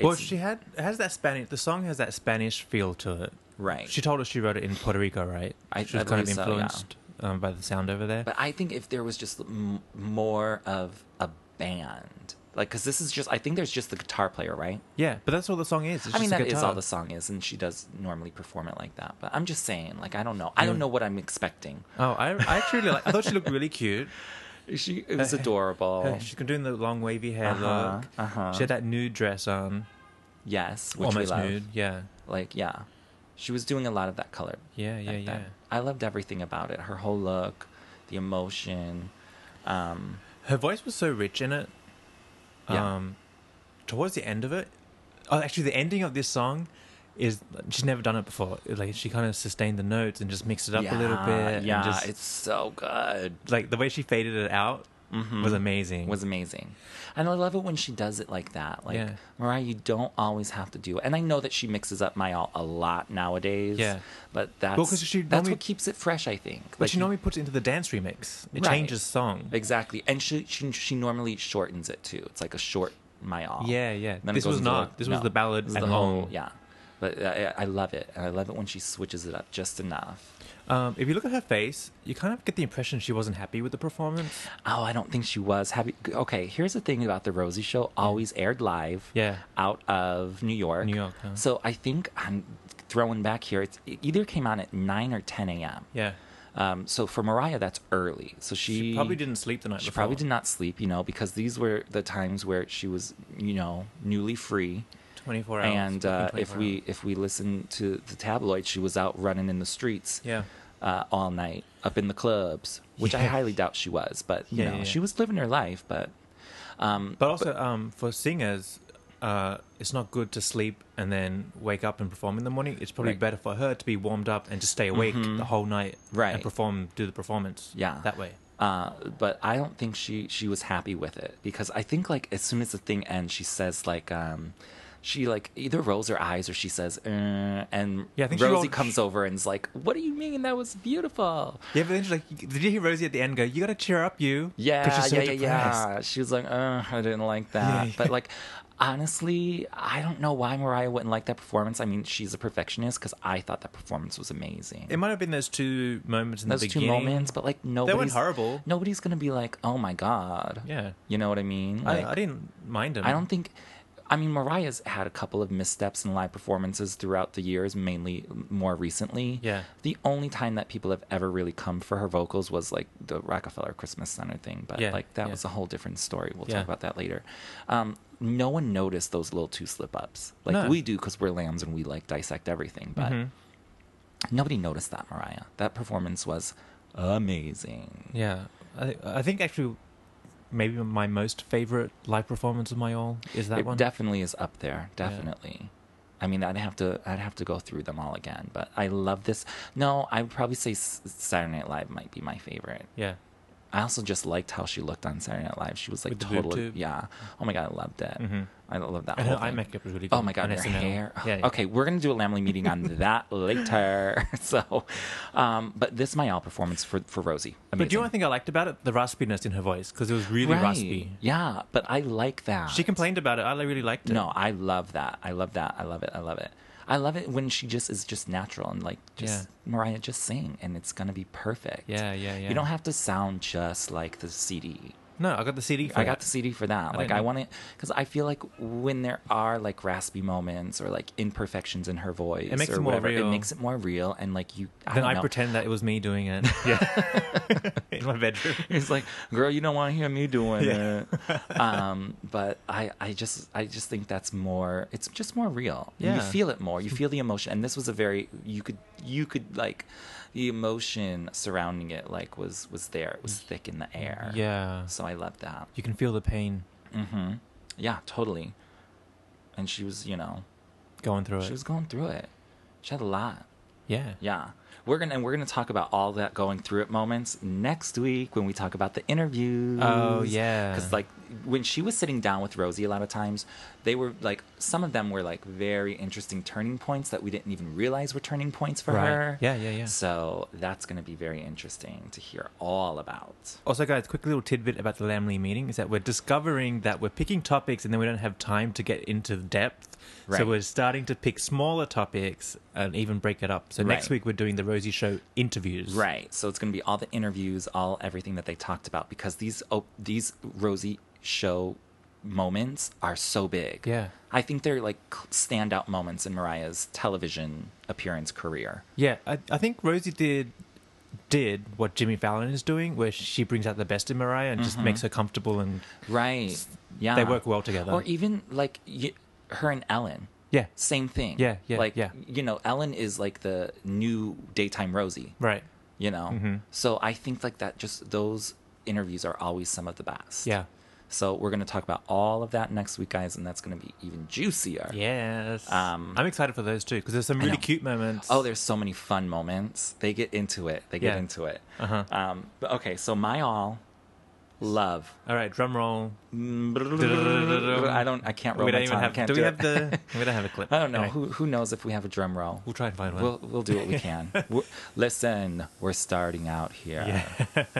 Well,
It's-
she had it has that Spanish. The song has that Spanish feel to it,
Right.
She told us she wrote it in Puerto Rico, right?
I-
she was
I
kind of
believe so, yeah.
influenced um, by the sound over there.
but I think if there was just m- more of a band, like, because this is just, I think there's just the guitar player, right?
yeah, but that's all the song is. It's
I mean,
just a
that is
guitar.
all the song is, and she does normally perform it like that. But I'm just saying, like, I don't know. I don't know what I'm expecting.
Oh, I, I actually really like. I thought she looked really cute.
She it was adorable.
Her- She's doing the long wavy hair
Oh. Uh-huh,
look.
uh-huh.
She had that nude dress on,
Yes, which we
almost
love.
nude. Yeah,
like yeah she was doing a lot of that color
Yeah, yeah,
back then.
yeah.
i loved everything about it her whole look the emotion um
her voice was so rich in it.
Yeah.
Um, towards the end of it, oh, actually, the ending of this song is she's never done it before. Like she kind of sustained the notes and just mixed it up a little
yeah,
bit.
yeah
and just,
it's so good
like the way she faded it out was amazing.
Mm-hmm. was amazing and i love it when she does it like that like
Yeah.
mariah you don't always have to do it and i know that she mixes up my all a lot nowadays
Yeah.
but that's
'cause she
that's
normally-
what keeps it fresh i think
but
Like,
she normally puts it into the dance remix. It
Right.
changes song.
exactly and she, she she normally shortens it too it's like a short my all
Yeah, yeah.
Then it
This
goes
was
into
not- this was the ballad
This is
and
the whole uh,
whole.
yeah but I, I love it and i love it when she switches it up just enough
Um, if you look at her face, you kind of get the impression she wasn't happy with the performance.
Oh, I don't think she was happy. Okay, here's the thing about the Rosie show. Always aired live.
Yeah.
Out of New York.
New York, huh?
So I think I'm throwing back here. It's, it either came on at nine or ten a.m.
Yeah.
Um, so for Mariah, that's early. So she,
She probably didn't sleep the night
She
before.
probably did not sleep, you know, because these were the times where she was, you know, newly free.
24 hours.
And
fucking
uh, if
24
we
hours.
if we listen to the tabloid, she was out running in the streets,
Yeah.
uh, all night up in the clubs, which I
Yeah.
highly doubt she was. But you
Yeah,
know,
yeah, yeah.
she was living her life. But um,
But also, um, for singers, uh, it's not good to sleep and then wake up and perform in the morning. It's probably
Right. Mm-hmm.
better for her to be warmed up and just stay awake the whole night
Right.
and perform, do the performance.
Yeah.
That way.
Uh, but I don't think she she was happy with it because I think like as soon as the thing ends, she says like um, she like either rolls her eyes or she says uh, and
Yeah, I think she
Rosie
rolled-
comes over and is like, "What do you mean that was beautiful?"
Yeah, but then she's like, did you hear Rosie at the end go, you got to cheer up, you? 'Cause
Yeah,
she's so
yeah, yeah,
depressed.
yeah. She was like, uh, I didn't like that.
Yeah,
But
yeah.
like, honestly, I don't know why Mariah wouldn't like that performance. I mean, she's a perfectionist because I thought that performance was amazing.
It might have been those two moments in
Those
the
two
beginning.
moments, but like nobody's
horrible.
Nobody's gonna be like, "Oh my god,"
Yeah.
You know what I mean?
I,
Like-
I didn't mind them.
I don't think. I mean, Mariah's had a couple of missteps in live performances throughout the years, mainly more recently.
Yeah.
The only time that people have ever really come for her vocals was like the Rockefeller Christmas Center thing, but
Yeah,
like that
yeah.
was a whole different story. We'll
Yeah.
talk about that later. Um, no one noticed those little two slip ups. Like
No.
we do because we're lambs and we like dissect everything, but
Mm-hmm.
nobody noticed that, Mariah. That performance was amazing.
Yeah, I, I think actually maybe my most favorite live performance of my all is that
it
one.
definitely is up there definitely i mean i'd have to i'd have to go through them all again but i love this no i would probably say S- saturday night live might be my favorite
yeah,
i also just liked how she looked on saturday night live she was like
With the boob
totally
tube.
yeah oh my god i loved it i love that
and her
whole
eye
thing.
makeup was really good.
Oh my god,
on
and her
SNL.
hair.
Yeah, yeah.
Okay, we're gonna do a Lamley meeting on that later. So, um, but this my all performance for for Rosie. Amazing.
But do you know what I think I liked about it? The raspiness in her voice because it was really
Right.
raspy.
Yeah, but I like that.
She complained about it. I really liked it.
No, I love that. I love that. I love it. I love it. I love it when she just is just natural and like just Mariah just sing and it's gonna be perfect.
Yeah, yeah, yeah.
You don't have to sound just like the CD.
no, I got the CD. For
I
it.
got the CD for that. like
didn't
I
know.
want it because I feel like when there are like raspy moments or like imperfections in her voice,
It makes
or
it more
whatever, it
real.
makes it more real and like you. I
Then
don't
I
know.
pretend that it was me doing it. Yeah, in my bedroom.
It's like, girl, you don't want to hear me doing
Yeah.
it. Um, but I, I just, I just think that's more. It's just more real. And You
Yeah.
feel it more. You feel the emotion. And this was a very, you could, you could like, the emotion surrounding it like was was there. It was thick in the air.
Yeah,
So I love that.
you can feel the pain
Yeah, totally. And she was, you know,
going through
she
it.
was going through it. She had a lot.
Yeah,
Yeah. We're gonna and we're gonna talk about all that going through it moments next week when we talk about the interviews.
Oh, yeah.
Because like when she was sitting down with Rosie, a lot of times they were like some of them were like very interesting turning points that we didn't even realize were turning points for
Right.
her.
Yeah, yeah, yeah.
So that's gonna be very interesting to hear all about.
Also, guys, quick little tidbit about the Lamley meeting is that we're discovering that we're picking topics and then we don't have time to get into depth. So
Right.
we're starting to pick smaller topics and even break it up. So next
Right.
week we're doing the Rosie Show interviews.
Right. So it's going to be all the interviews, all everything that they talked about because these op- these Rosie show moments are so big.
Yeah.
I think they're like standout moments in Mariah's television appearance career.
Yeah, I, I think Rosie did did what Jimmy Fallon is doing, where she brings out the best in Mariah and
Mm-hmm.
just makes her comfortable and
Right. Yeah.
they work well together.
Or even like y- her and Ellen.
yeah,
Same thing.
Yeah, yeah,
Like
yeah.
you know, Ellen is like the new daytime Rosie.
right.
You know.
Mm-hmm.
So I think like that. Just those interviews are always some of the best.
Yeah.
So we're going to talk about all of that next week, guys, and that's going to be even juicier.
Yes.
Um,
I'm excited for those too because there's some
I
really
know.
cute moments.
Oh, there's so many fun moments. They get into it. They get
Yeah.
into it. Uh-huh. Um, but okay, so my all love.
All right, drum roll.
I don't. I can't roll.
we don't
my
even
tongue.
have.
Can't
do we
it.
have the? We don't have a clip.
I don't know.
Anyway,
Who who knows if we have a drum roll?
We'll try and find one.
We'll we'll do what we can. We're- listen, we're starting out here.
Um,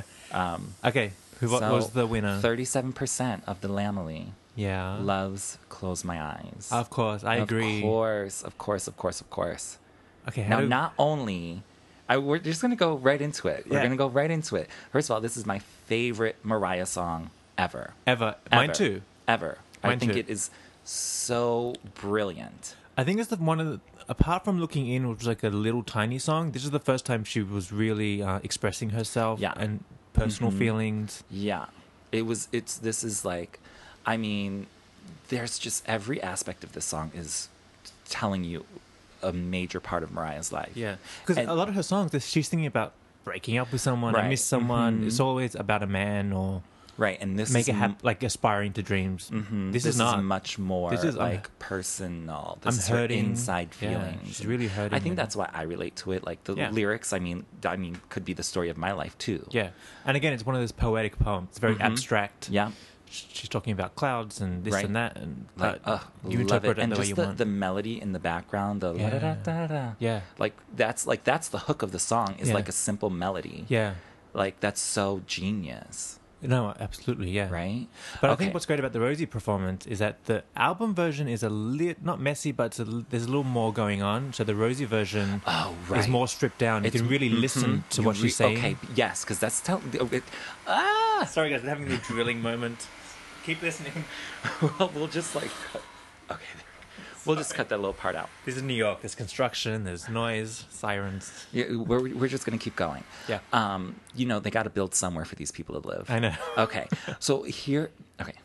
Okay, who wa-
Um, So,
was the winner?
Thirty-seven percent of the Lamely
yeah,
loves "Close My Eyes."
of course, I agree.
Of course, of course, of course, of course.
Okay, how
Now,
do-
not only I, we're just gonna go right into it. We're
Yeah.
gonna go right into it. First of all, this is my favorite Mariah song ever.
Ever. Mine
Ever.
too.
Ever. I
Mine
think
too.
it is so brilliant.
I think it's the one of the, apart from looking in, which was like a little tiny song. This is the first time she was really uh, expressing herself
Yeah. Mm-hmm.
and personal feelings.
Yeah. It was it's this is like I mean, there's just every aspect of this song is telling you a major part of Mariah's life.
because
And-
a lot of her songs, she's thinking about breaking up with someone, I
Right.
miss someone. It's always about a man or
Right, and this
make
is
it
m-
happen, like aspiring to dreams. Mm-hmm. This,
this
is not
much more
This is- I'm-
like personal.
I'm
This is her
hurting.
inside
Yeah,
feelings.
she's really hurting
I think
and-
that's why I relate to it. Like the
Yeah.
lyrics, I mean, I mean, could be the story of my life too.
Yeah, and again, it's one of those poetic poems. It's very abstract.
Mm-hmm. yeah,
Sh- she's talking about clouds and this
Right.
and that, and
like
but
ugh,
Uh, you
love
interpret
it,
it,
and
the way
just
you
the,
want.
the melody in the background, the
Yeah.
la-da-da-da-da.
Yeah.
like that's like that's the hook of the song is
Yeah.
like a simple melody.
yeah,
like that's so genius,
no, absolutely, yeah.
right?
But I
Okay.
think what's great about the Rosie performance is that the album version is a lit, not messy, but it's a, l- there's a little more going on. So the Rosie version
Oh,
is
right.
more stripped down. You
It's- mm-hmm.
can really listen to
You
what
re-
she's saying.
Okay, yes, because that's tell. okay, Ah,
Sorry guys, we're having the drilling moment. Keep listening.
well, we'll just like, cut- okay, we'll just cut that little part out.
This is New York. There's construction. There's noise, sirens.
Yeah, we're we're just gonna keep going.
Yeah.
Um, you know they got to build somewhere for these people to live.
I know.
Okay, so here, okay,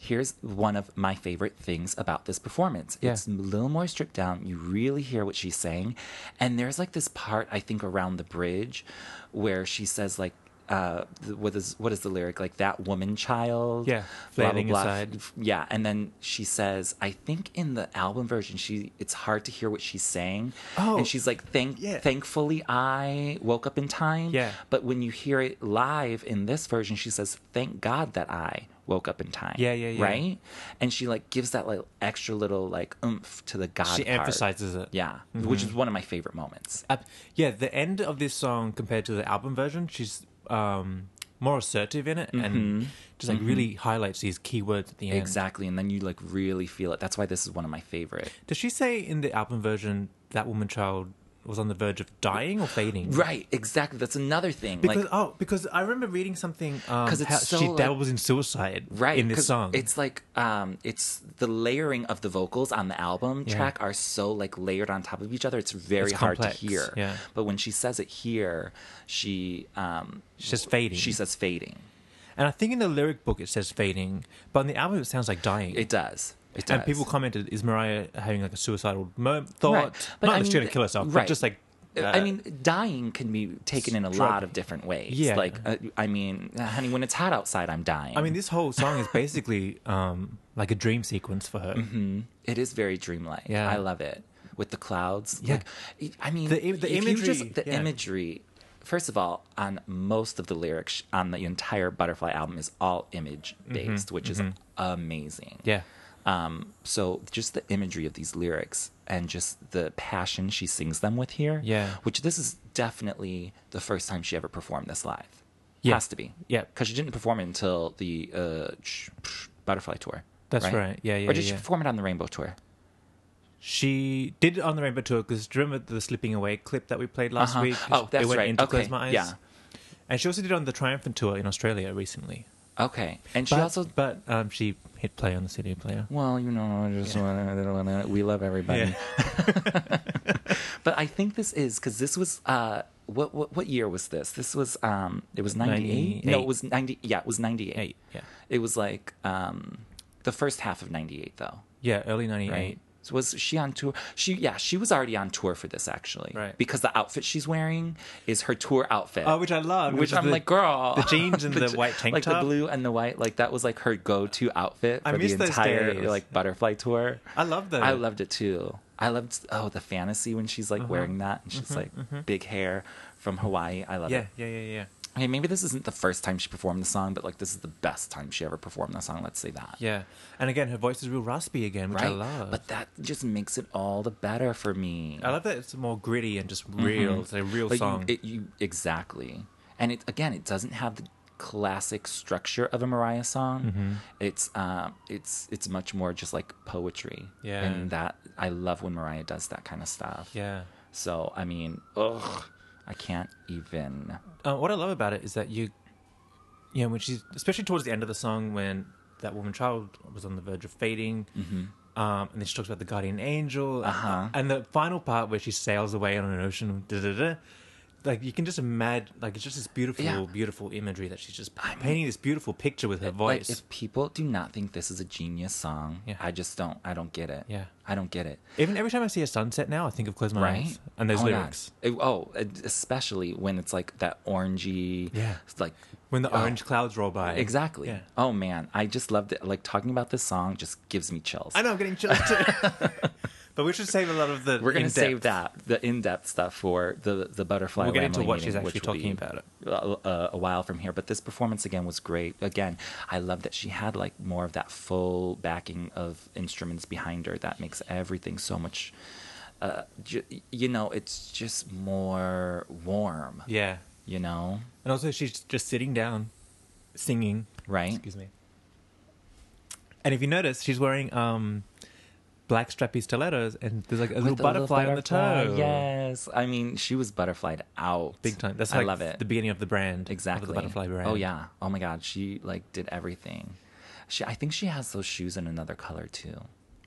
here's one of my favorite things about this performance.
Yeah.
It's a little more stripped down. You really hear what she's saying, and there's like this part I think around the bridge, where she says like. Uh, th- what is what is the lyric like that woman child?
Yeah,
blah blah
flailing
blah.
aside.
F- Yeah, and then she says, I think in the album version, she it's hard to hear what she's saying.
Oh.
and she's like, thank
Yeah.
thankfully I woke up in time.
Yeah.
But when you hear it live in this version, she says, Thank God that I woke up in time.
Yeah, yeah, yeah.
Right? And she like gives that like extra little like oomph to the God.
She
part.
emphasizes it. Mm-hmm.
Yeah. Which is one of my favorite moments.
Ab- yeah, the end of this song compared to the album version, she's um, more assertive in it and just like really highlights these key words at the end.
Exactly. And then you like really feel it. That's why this is one of my favorite.
Does she say in the album version that woman child was on the verge of dying or fading?
Right, exactly. That's another thing.
Because
like
oh, because I remember reading something because
'Cause it's so,
she
like-
dabbles in suicide
right
in this
'cause
song.
it's like um it's the layering of the vocals on the album
Yeah.
track are so like layered on top of each other it's very
It's
hard
complex,
to hear
yeah.
but when she says it here she um
She's just fading.
she says fading
and I think in the lyric book it says fading, but on the album it sounds like dying.
it does it does
and people commented, "Is Mariah having like a suicidal mo- thought?
Right. But
Not
I
that she's
mean,
gonna kill herself, but
right.
just like
Uh, I mean, dying can be taken in a
Struggle.
lot of different ways.
Yeah.
Like, uh, I mean, honey, when it's hot outside, I'm dying.
I mean, this whole song is basically um, like a dream sequence for her.
Mm-hmm. it is very dreamlike.
Yeah.
I love it with the clouds.
Yeah.
Like, I mean,
The im- the
if you just-
imagery,
the
yeah.
imagery. First of all, on most of the lyrics on the entire Butterfly album is all image based,
Mm-hmm.
which is amazing.
Yeah,
Um, so just the imagery of these lyrics and just the passion she sings them with here.
Yeah.
Which this is definitely the first time she ever performed this live.
Yeah.
Has to be.
Yeah.
Because she didn't perform it until the uh, sh- sh- Butterfly tour.
That's right. Yeah, yeah,
Or did she
yeah.
perform it on the Rainbow tour?
she did it on the Rainbow Tour because remember the "Slipping Away" clip that we played last
Uh-huh.
week?
Oh, that's
it went
right.
Into
Okay,
Close My Eyes.
yeah.
and she also did it on the Triumphant Tour in Australia recently.
Okay, and
But,
she also.
but um, she hit play on the CD player.
Well, you know, I just wanna, we love everybody. But I think this is because this was uh, what, what what year was this? This was um, it was ninety eight. No,
98.
it was ninety. Yeah, it was ninety eight.
Eight, yeah.
it was like um, the first half of ninety eight though.
yeah, early '98.
Right. So was she on tour? She yeah, she was already on tour for this actually.
Right.
Because the outfit she's wearing is her tour outfit.
Oh, which I love,
Which,
which is
I'm
the-
like, girl.
the jeans and the
je-
white tank
like
top.
the blue and the white. Like that was like her go-to outfit
I
for the
miss those
entire
days.
like butterfly tour.
I love that.
I loved it too. I loved oh the fantasy when she's like
Mm-hmm.
wearing that and she's like big hair from Hawaii. I love
Yeah,
it.
yeah, yeah, yeah,
Okay, maybe this isn't the first time she performed the song, but like this is the best time she ever performed the song. Let's say that.
yeah. And again, her voice is real raspy again, which
Right.
I love.
But that just makes it all the better for me.
I love that it's more gritty and just real. It's a real
Like, Mm-hmm. you-
song.
it- you- exactly. And it again, it doesn't have the classic structure of a Mariah song.
Mm-hmm.
It's um, it's it's much more just like poetry.
Yeah.
And that I love when Mariah does that kind of stuff.
yeah.
So I mean, ugh. I can't even.
Uh, what I love about it is that you, you know, when she's especially towards the end of the song when that woman child was on the verge of fading, um, and then she talks about the guardian angel,
Mm-hmm. Uh-huh.
and the final part where she sails away on an ocean, da da da. Like you can just imagine, like it's just this beautiful,
Yeah.
beautiful imagery that she's just painting this beautiful picture with her voice.
Like if people do not think this is a genius song,
Yeah.
I just don't. I don't get it.
Yeah.
I don't get it.
Even every time I see a sunset now, I think of close my
Right?
eyes and those
Oh my God.
lyrics.
It- oh, and especially when it's like that orangey.
Yeah.
it's Like
When the
oh,
orange clouds roll by,
Exactly.
Yeah.
Oh man, I just loved it. Like talking about this song just gives me chills.
I know I'm getting chills too. but we should save a lot of the.
We're gonna
in-depth.
save that the in-depth stuff for the the butterfly.
We'll get into
Whamley
what she's
meeting,
actually
which will
talking
be
about it.
A, a, a while from here, but this performance again was great. Again, I love that she had like more of that full backing of instruments behind her. That makes everything so much. Uh, ju- you know, it's just more warm.
Yeah,
You know,
and also she's just sitting down, singing.
right?
Excuse me. And if you notice, she's wearing um, black strappy stilettos, and there's like a little
With the
butterfly, on the toe.
butterfly, Yes, I mean she was butterflied out
big time. That's
I
like
love it.
The beginning of the brand. of the
exactly
butterfly brand.
Oh yeah. Oh my God. She like did everything. She, I think she has those shoes in another color too.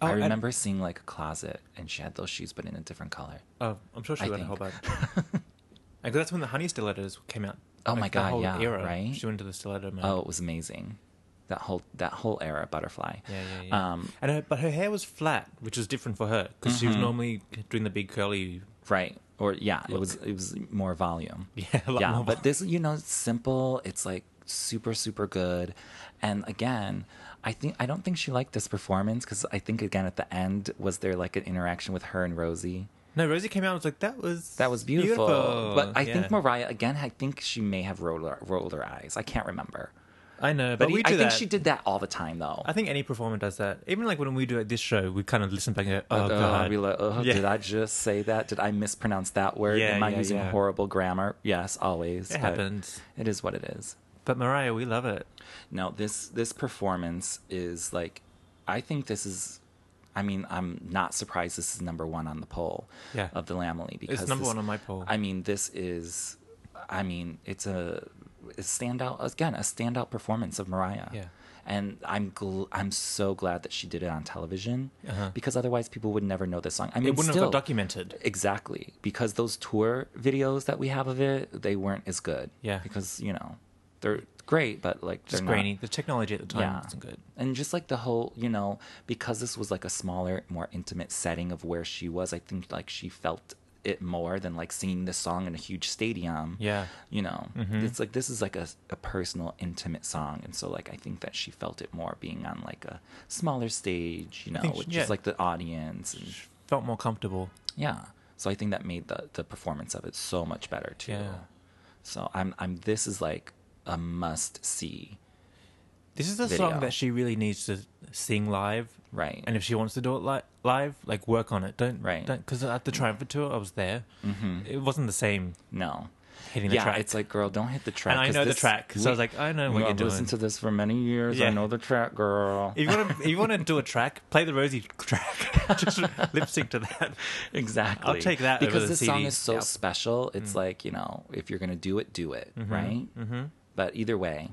Oh,
I
and-
remember seeing like a closet and she had those shoes, but in a different color.
Oh, I'm sure she
I
went a whole
think.
bunch. Because that's when the honey stilettos came out.
Oh my
Like, that
God,
whole
yeah,
era.
right?
She went into the stiletto mode.
Oh, it was amazing. That whole that whole era butterfly.
Yeah, yeah, yeah.
Um, Mm-hmm.
and her, but her hair was flat, which was different for her because she was normally doing the big curly.
right. Or yeah, it was it was more volume.
Yeah, a lot
yeah.
more
But this, you know, it's simple. It's like super super good. And again, I think I don't think she liked this performance because I think again at the end was there like an interaction with her and Rosie.
No, Rosie came out and was like, "That was
That was beautiful. But I
Yeah.
think Mariah again. I think she may have rolled her, rolled her eyes. I can't remember.
I know,
But
but we
I
do
think
that.
she did that all the time though.
I think any performer does that. Even like when we do at this show, we kind of listen back and go, "Oh
Uh,
god,
we like, oh,
Yeah.
Did I just say that? Did I mispronounce that word?
Yeah,
Am I
yeah,
using
yeah.
horrible grammar? Yes, always. but
it happens."
It is what it is.
But Mariah, we love it.
No, this this performance is like, I think this is. I mean, I'm not surprised this is number one on the poll
Yeah.
of the Lamely because
number
this-
one on my poll.
I mean, this is. I mean, it's a, a standout again, a standout performance of Mariah.
Yeah.
And I'm gl- I'm so glad that she did it on television because otherwise people would never know this song. I mean,
Uh-huh. It wouldn't
still,
have got documented.
Exactly, because those tour videos that we have of it, they weren't as good.
Yeah.
Because you know, they're great, but like they're
Just
not-
grainy. The technology at the time
yeah.
wasn't good.
And just like the whole, you know, because this was like a smaller, more intimate setting of where she was, I think like she felt it more than like singing this song in a huge stadium.
Yeah. Mm-hmm.
You know, it's like this is like a, a personal, intimate song. And so, like, I think that she felt it more being on like a smaller stage, you know,
think
with
she-
just
yeah.
like the audience. And,
Felt more comfortable.
yeah. So I think that made the, the performance of it so much better too.
Yeah.
So I'm, I'm, this is like a must see.
This is a
Video.
song that she really needs to sing live,
Right.
And if she wants to do it li- live, like work on it. Don't
Right.
Don't because at the Triumphant tour, I was there. Mm-hmm. It wasn't the same.
No.
Hitting the
yeah,
track.
it's like, girl, don't hit the track.
And I
'cause
know the
this-
track, so I was like, I know what
Well,
you're
I've
doing.
listened to this for many years.
Yeah.
I know the track, girl.
If you want to, if you want to do a track, play the Rosie track. Just lip sync to that.
exactly.
I'll take that
because
over the
this song
CD.
is so
Yep.
special.
Mm.
It's like you know, if you're gonna do it, do it right. Mm-hmm. But either way,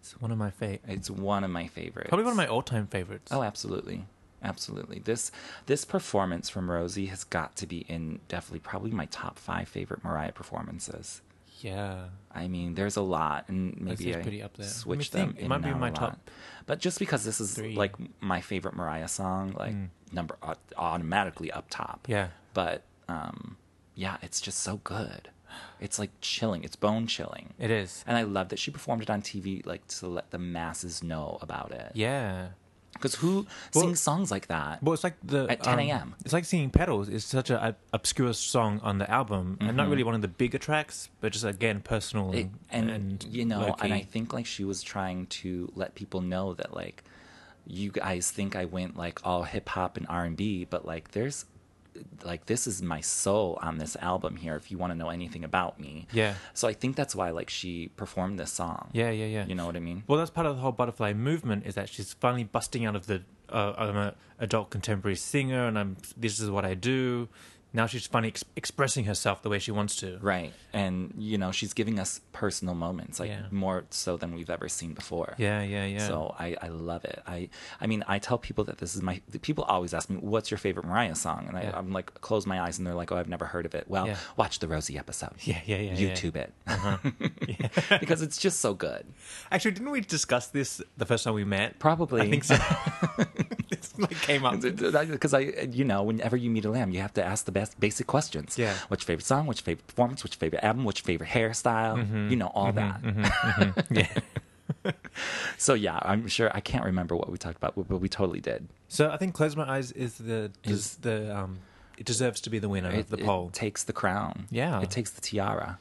It's one of my favorite.
it's one of my favorites.
Probably one of my all-time favorites.
Oh, absolutely. Absolutely. This this performance from Rosie has got to be in definitely probably my top five favorite Mariah performances.
yeah.
I mean, there's a lot, and maybe
seems
I
pretty up there. Let me
switch them.
think. It
in
might be
now
my
a
top
lot. but just because this is
three. Mm.
like my favorite Mariah song, like number au- automatically up top.
Yeah.
But um, yeah, it's just so good. It's like chilling. It's bone chilling.
It is.
And I love that she performed it on TV, like to let the masses know about it.
Yeah.
Because who
Well-
sings songs like that?
Well, it's like the
At 10
um,
a.m..
it's like singing "Petals." It's such an obscure song on the album, and not really one of the bigger tracks, but just again personal
Mm-hmm. It- and, you know, and I
low-key.
think like she was trying to let people know that like you guys think I went like all hip hop and R and B, but like there's like this is my soul on this album here. If you want to know anything about me,
Yeah.
So I think that's why like she performed this song.
Yeah, yeah, yeah.
You know what I mean?
Well, that's part of the whole butterfly movement is that she's finally busting out of the uh, I'm a adult contemporary singer and I'm this is what I do. Now she's finally ex- expressing herself the way she wants to.
Right. And, you know, she's giving us personal moments, like
Yeah.
more so than we've ever seen before.
Yeah, yeah, yeah.
So I, I love it. I I mean I tell people that this is my the people always ask me what's your favorite Mariah song and I,
Yeah.
I'm like close my eyes and they're like oh I've never heard of it. Well
Yeah.
watch the Rosie episode.
Yeah, yeah, yeah, Uh-huh. yeah.
YouTube it because it's just so good.
Actually, didn't we discuss this the first time we met?
Probably.
I think so. this like came up.
Because I, you know, whenever you meet a lamb, you have to ask the best basic questions.
Yeah.
What's your favorite song? What's your favorite performance? What's your favorite album? What's your favorite hairstyle?
Mm-hmm.
You know, all that.
Yeah.
So yeah, I'm sure I can't remember what we talked about, but we totally did.
So I think "Close My Eyes" is the is the um it deserves to be the winner of
It-
the
it
poll.
takes the crown.
Yeah.
It takes the tiara.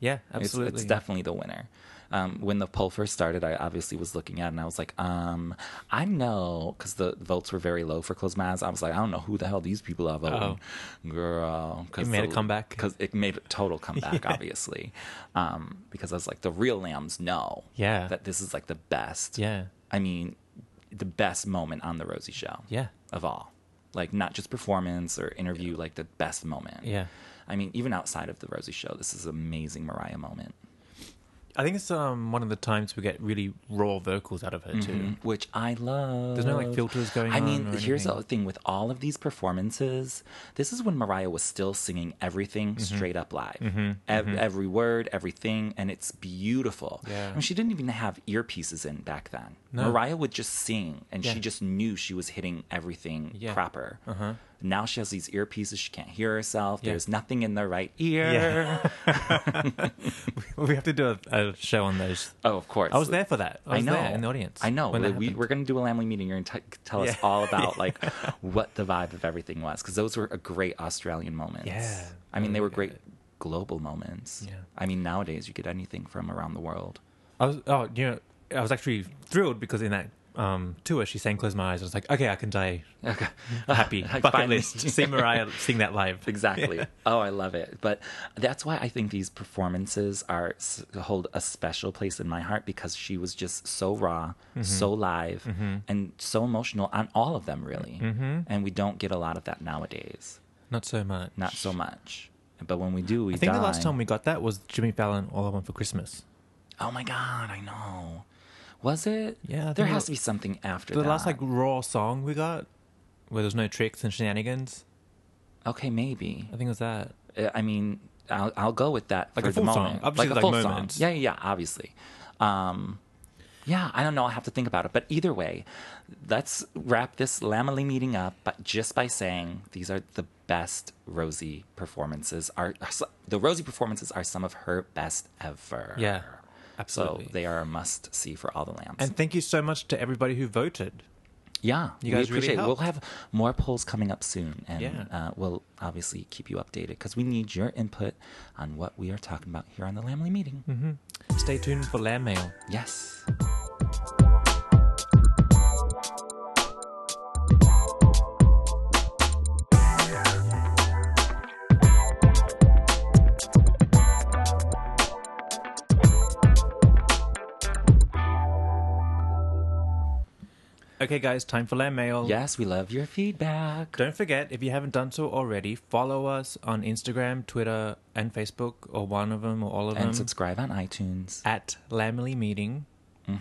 yeah,
It's-
absolutely.
It's, definitely the winner. Um, when the poll first started, I obviously was looking at it and I was like, um, I know, because the votes were very low for Close My Eyes. I was like, I don't know who the hell these people are voting. Girl. Cause
It made a comeback.
Because it made a total comeback, obviously. Um, because I was like, the real lambs know
Yeah.
that this is like the best.
Yeah.
I mean, the best moment on The Rosie Show.
Yeah.
Of all. Like, not just performance or interview, like the best moment.
Yeah.
I mean, even outside of The Rosie Show, this is an amazing Mariah moment.
I think it's um one of the times we get really raw vocals out of her too.
which I love.
There's no, like, filters going
I mean,
on or
here's
anything.
the thing with all of these performances. This is when Mariah was still singing
Mm-hmm.
everything straight up live, Ev- every word, everything, and it's beautiful.
Yeah.
I mean, she didn't even have earpieces in back then. Mariah would just sing, and
Yeah.
she just knew she was hitting everything
Yeah. Uh-huh.
proper. Now she has these earpieces; she can't hear herself. There's nothing in the right ear.
Yeah. we have to do a, a show on those.
Oh, of course.
I was there for that. I,
I
was
know
there in the audience.
I know.
when
We,
that
we,
happened.
we're going to do a Lamley meeting. You're going to tell us
Yeah.
all about like what the vibe of everything was because those were a great Australian moments.
Yeah,
I mean, they were great global moments.
Yeah.
I mean, nowadays you get anything from around the world.
I was oh you know I was actually thrilled because in that um tour she sang "Close My Eyes." I was like, okay, I can die
Okay.
happy. Bucket
Finally.
list. See Mariah sing that live.
Exactly. Oh, I love it. But that's why I think these performances are s- hold a special place in my heart because she was just so raw,
Mm-hmm.
so live, and so emotional on all of them, really. Mm-hmm. And we don't get a lot of that nowadays.
Not so much.
Not so much. But when we do, we
I think
die.
the last time we got that was Jimmy Fallon All I Want for Christmas.
Oh my god, I know. Was it?
Yeah, I think
There
it
has
was-
to be something after
The
that.
last like raw song we got where there's no tricks and shenanigans.
Okay, maybe.
I think it was that.
Uh, I mean, I'll, I'll go with that
Like
for
a full
the
song.
moment.
Obviously,
like a
like
full
moments.
song. Yeah, yeah, yeah. Obviously. Um, yeah, I don't know. I'll have to think about it. But either way, let's wrap this Lamely meeting up but just by saying these are the best Rosie performances. Are, are so- the Rosie performances are some of her best ever.
Yeah,
So
absolutely.
they are a must see for all the lambs.
And thank you so much to everybody who voted.
Yeah,
You guys
we
really
appreciate it. We'll
helped.
have more polls coming up soon, and
Yeah.
uh, we'll obviously keep you updated because we need your input on what we are talking about here on the Lamley meeting.
Mm-hmm. Stay tuned for Lamb Mail.
Yes.
Okay, guys, time for Lamb Mail.
Yes, we love your feedback.
Don't forget, if you haven't done so already, follow us on Instagram, Twitter, and Facebook, or one of them or all of
And
them.
subscribe on iTunes.
At Lamely Meeting.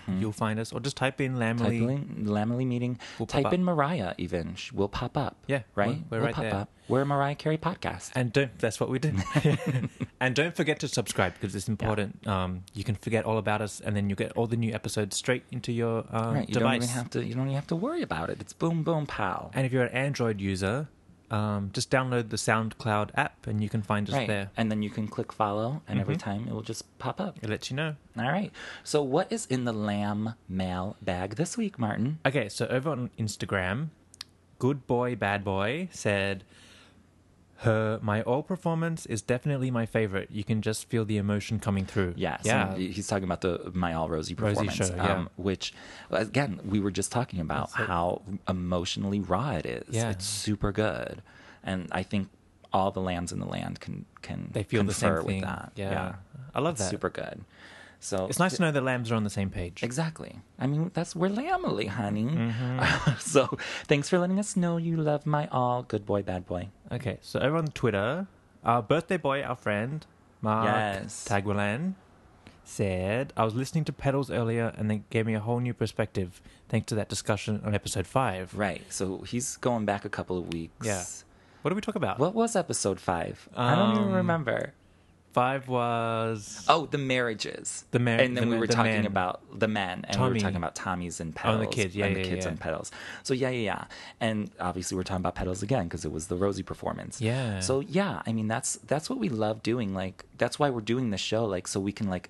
You'll find us, or just type in
Mm-hmm. Type
Lamely.
in Lamely meeting.
We'll pop
Type in
up.
Mariah. Even Sh- we'll pop up.
Yeah,
right.
we're- we're
will
right
pop
there.
up. We're a Mariah Carey podcast.
And don't, that's what we do. and don't forget to subscribe because it's important. Um, you can forget all about us and then you get all the new episodes straight into your uh,
right. You
device.
don't even have to. You don't even have to worry about it. It's boom, boom, pow.
and if you're an Android user, um, just download the SoundCloud app and you can find us
right.
there. Mm-hmm.
And then you can click follow, and every time it will just pop up.
It lets you know.
All right. So, what is in the lamb mail bag this week, Martin?
Okay, so over on Instagram, Good Boy Bad Boy said, her my all performance is definitely my favorite. You can just feel the emotion coming through.
Yes.
yeah,
and he's talking about the My All Rosie
Rosie
performance, um,
show, yeah.
which, again, we were just talking about
That's it.
how emotionally raw it is.
Yeah.
It's super good. And I think all the lambs in the land can can
they feel the
confer with
same thing.
that.
Yeah, I love
It's
that.
super good. So
It's nice to know that lambs are on the same page.
Exactly. I mean, that's we're lamely, honey.
Mm-hmm.
so thanks for letting us know you love my all. Good boy, bad boy.
Okay, so over on Twitter, our birthday boy, our friend, Mark
Yes.
Tagwalan, said, I was listening to Pedals earlier and they gave me a whole new perspective thanks to that discussion on episode 5.
Right. So he's going back a couple of weeks.
Yeah. What did we talk about?
What was episode five? I don't even
Um,
remember.
5 was
Oh, the marriages.
The mar-
And then
the
we
ma-
were
the
talking
men.
about the men, and we were
Tommy.
talking about Tommy's and
Oh,
pedals.
and the kids. Yeah,
and the
yeah,
kids
yeah.
on pedals. So yeah, yeah, yeah. And obviously, we're talking about pedals again because it was the Rosie performance.
Yeah.
So yeah, I mean that's that's what we love doing. Like that's why we're doing this show. Like so we can like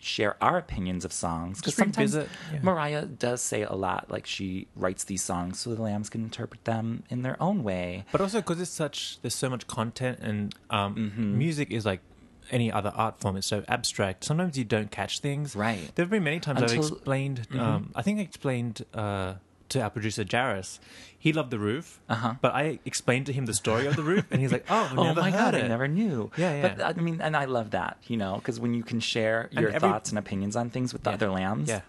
share our opinions of songs because
Just
sometimes
revisit, yeah.
Mariah does say a lot. Like she writes these songs so the lambs can interpret them in their own way.
But also because it's such, there's so much content and um,
Mm-hmm.
music is like any other art form. It's so abstract. Sometimes you don't catch things.
Right.
There have been many times I've
Until- Mm-hmm.
explained, um, I think I explained uh, to our producer, Jarvis, he loved The Roof, uh-huh. but I explained to him the story of The Roof and he's like, oh, I've never
oh my
heard
god,
it.
I never knew.
Yeah, yeah.
But I mean, and I love that, you know, because when you can share your
every-
thoughts and opinions on things with the
Yeah.
other lambs,
Yeah.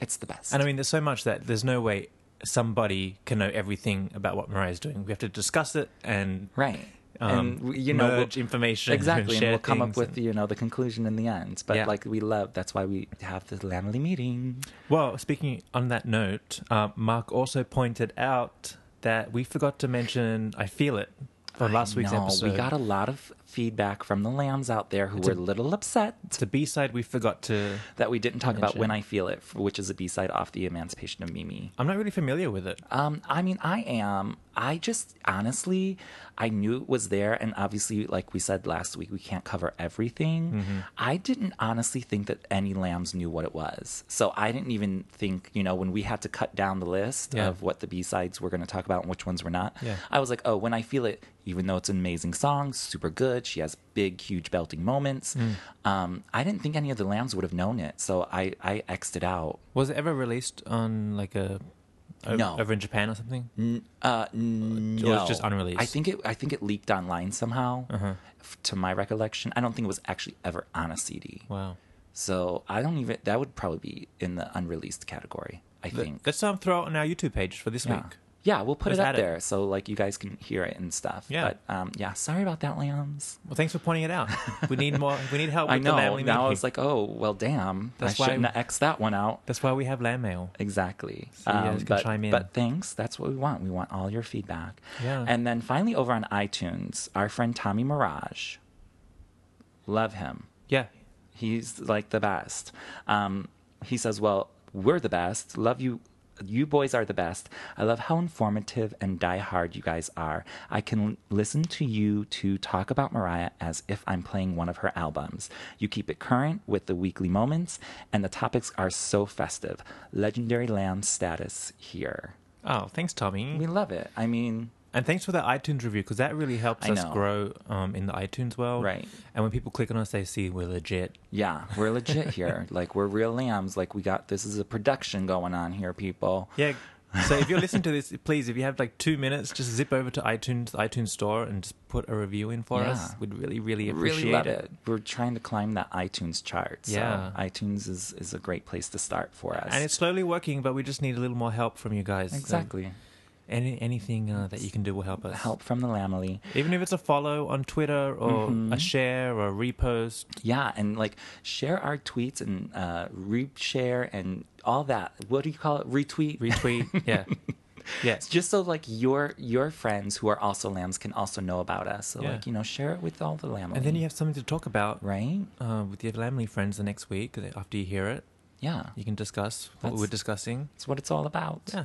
it's the best.
And I mean, there's so much that there's no way somebody can know everything about what Mariah's doing. We have to discuss it and
right.
um,
and we- you know,
merge
we'll-
information and
exactly, and,
share
we'll come up
things
with
and-
you know the conclusion in the end. But
Yeah.
like we love, that's why we have the Lamely meeting.
Well, speaking on that note, uh, Mark also pointed out that we forgot to mention "I Feel It" for last week's
no,
episode.
we got a lot of feedback from the lambs out there who were a little upset
it's a B side we forgot to.
that we didn't talk about
Mention.
when I feel it, which is a B side off the Emancipation of Mimi.
I'm not really familiar with it.
Um, I mean, I am. I just honestly, I knew it was there, and obviously, like we said last week, we can't cover everything.
Mm-hmm.
I didn't honestly think that any lambs knew what it was, so I didn't even think, you know, when we had to cut down the list
Yeah.
of what the B sides were going to talk about and which ones were not.
Yeah.
I was like, oh, when I feel it, even though it's an amazing song, super good, she has big, huge belting moments.
Mm.
Um, I didn't think any of the lambs would have known it, so I I xed it out.
Was it ever released on like a o-
No.
over in Japan or something?
Uh, n-
Or
no.
it's just unreleased? Uh-huh.
I think it. I think it leaked online somehow. f- To my recollection, I don't think it was actually ever on a CD.
Wow.
So I don't even. That would probably be in the unreleased category. I think.
Let's um, throw it on our YouTube page for this
yeah.
week.
Yeah, we'll put
Let's
it up
add it.
there so like you guys can hear it and stuff.
Yeah.
But um, yeah, sorry about that, lambs.
Well, thanks for pointing it out. We need more. We need help. With
I know.
The
Now
Lamley
I
meeting.
was like, oh well, damn.
That's
I
why-
shouldn't have x that one out.
That's why we have lamb mail.
Exactly. Um,
So you guys can
but,
chime in.
but thanks. That's what we want. We want all your feedback.
Yeah.
And then finally, over on iTunes, our friend Tommy Mirage. Love him.
Yeah.
He's like the best. Um, he says, "Well, we're the best. Love you." You boys are the best. I love how informative and die hard you guys are. I can l- listen to you two talk about Mariah as if I'm playing one of her albums. You keep it current with the weekly moments, and the topics are so festive. Legendary lamb status here.
Oh, thanks, Tommy.
We love it. I mean,
And thanks for the iTunes review because that really helps
I
us
know.
grow um, in the iTunes world.
Right.
And when people click on us, they see we're legit.
yeah, we're legit here. Like, we're real lambs. Like, we got this is a production going on here, people.
Yeah. So if you're listening to this, please, if you have like two minutes, just zip over to iTunes, the iTunes store, and just put a review in for us.
Yeah.
We'd really, really appreciate
really love it. We're trying to climb that iTunes chart. So
Yeah.
iTunes is, is a great place to start for us.
And it's slowly working, but we just need a little more help from you guys. So
exactly
any anything uh, that you can do will help us.
help from the Lamely.
Even if it's a follow on Twitter or
Mm-hmm.
a share or a repost.
Yeah, and like share our tweets and uh, reshare and all that. What do you call it? Retweet.
retweet. yeah. Yeah.
just so like your your friends who are also lambs can also know about us. So
Yeah.
like you know, share it with all the Lamely.
And then you have something to talk about
right?
uh, with your family friends the next week after you hear it.
Yeah,
You can discuss what
That's-
we're discussing.
that's what it's all about.
Yeah.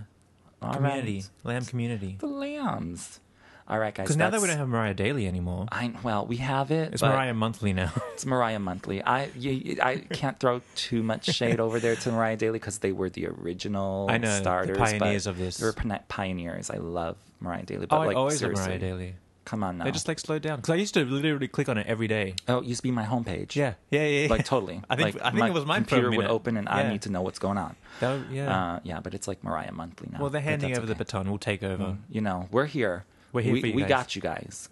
All
community.
right.
Lamb community.
the lambs. All right, guys.
Because now that we
that's-
don't have Mariah Daily anymore,
I well, we have it.
it's
but-
Mariah Monthly now.
It's Mariah Monthly. I you, you- I can't throw too much shade over there to Mariah Daily because they were the original
I know, the
starters, but
pioneers of this.
They were pioneer- pioneers. I love Mariah Daily, but
oh,
like
I always love
seriously,
Mariah Daily.
come on now.
They just like slowed down. Because I used to literally click on it every day.
oh, it used to be my homepage.
Yeah. Yeah, yeah, yeah.
like totally.
I think,
Like,
I think
my
it was mine for a
computer would
minute.
open and I
Yeah.
need to know what's going on.
That would- yeah.
Uh, yeah, but it's like Mariah Monthly now.
well, they're
but
handing
that's
over the
okay.
baton. We'll take over.
You know, we're here.
We're here
we,
for you
we
guys.
got you guys.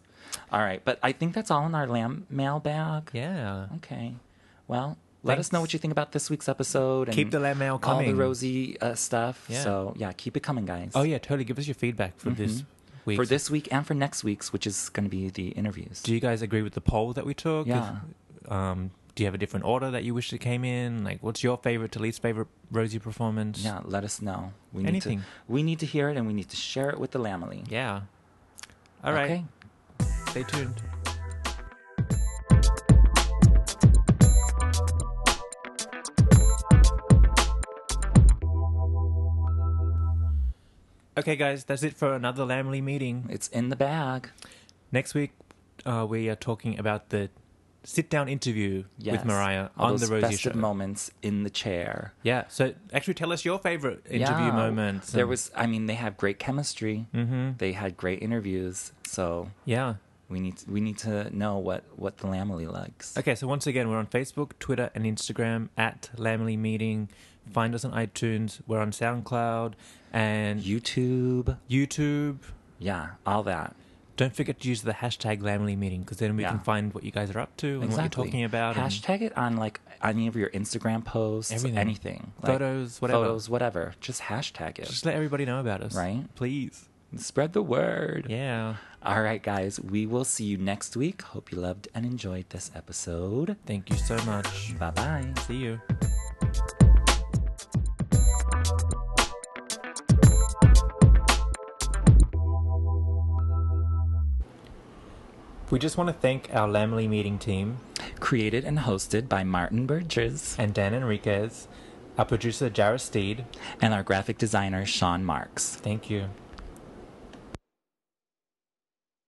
All right, but I think that's all in our lamb mailbag.
Yeah.
Okay. Well, Let us know what you think about this week's episode. And
Keep the lead mail
All
coming.
the rosy uh, stuff.
Yeah.
So yeah, keep it coming, guys.
Oh yeah, totally. Give us your feedback for this week.
Mm-hmm. For this week and for next week's, which is going to be the interviews.
do you guys agree with the poll that we took?
Yeah.
If- um, do you have a different order that you wish it came in? Like, what's your favorite to least favorite Rosie performance?
yeah, let us know. We
Anything.
Need to, we need to hear it, and we need to share it with the Lamely.
Yeah. All
Okay.
right. Stay tuned. Okay, guys, that's it for another Lamley meeting.
It's in the bag.
Next week, uh, we are talking about the sit-down interview
Yes.
with Mariah
All
on
those
the Rosie Show.
festive moments in the chair.
Yeah. So actually, tell us your favorite interview
Yeah.
moments.
There
and-
was, I mean, they have great chemistry. Mm-hmm. They had great interviews. So
Yeah.
we need we need to know what what the Lamely likes.
Okay. So once again, we're on Facebook, Twitter, and Instagram at Lamely Meeting. Find us on iTunes. We're on SoundCloud and
YouTube,
YouTube.
yeah, all that.
Don't forget to use the hashtag Lamely Meeting because then we
Yeah.
can find what you guys are up to and what
Exactly.
you're talking about. and
Hashtag it on like any of your Instagram posts,
Everything.
everything, anything, like,
Photos, whatever.
photos, whatever. Just hashtag it.
Just let everybody know about us,
Right.
Please.
Spread the word.
Yeah.
All right, guys. We will see you next week. Hope you loved and enjoyed this episode.
Thank you so much.
Bye bye.
See you. We just want to thank our Lamley meeting team
Created and hosted by Martin Burgess
and Dan Enriquez, our producer Jarrah Steed.
and our graphic designer Sean Marks.
Thank you.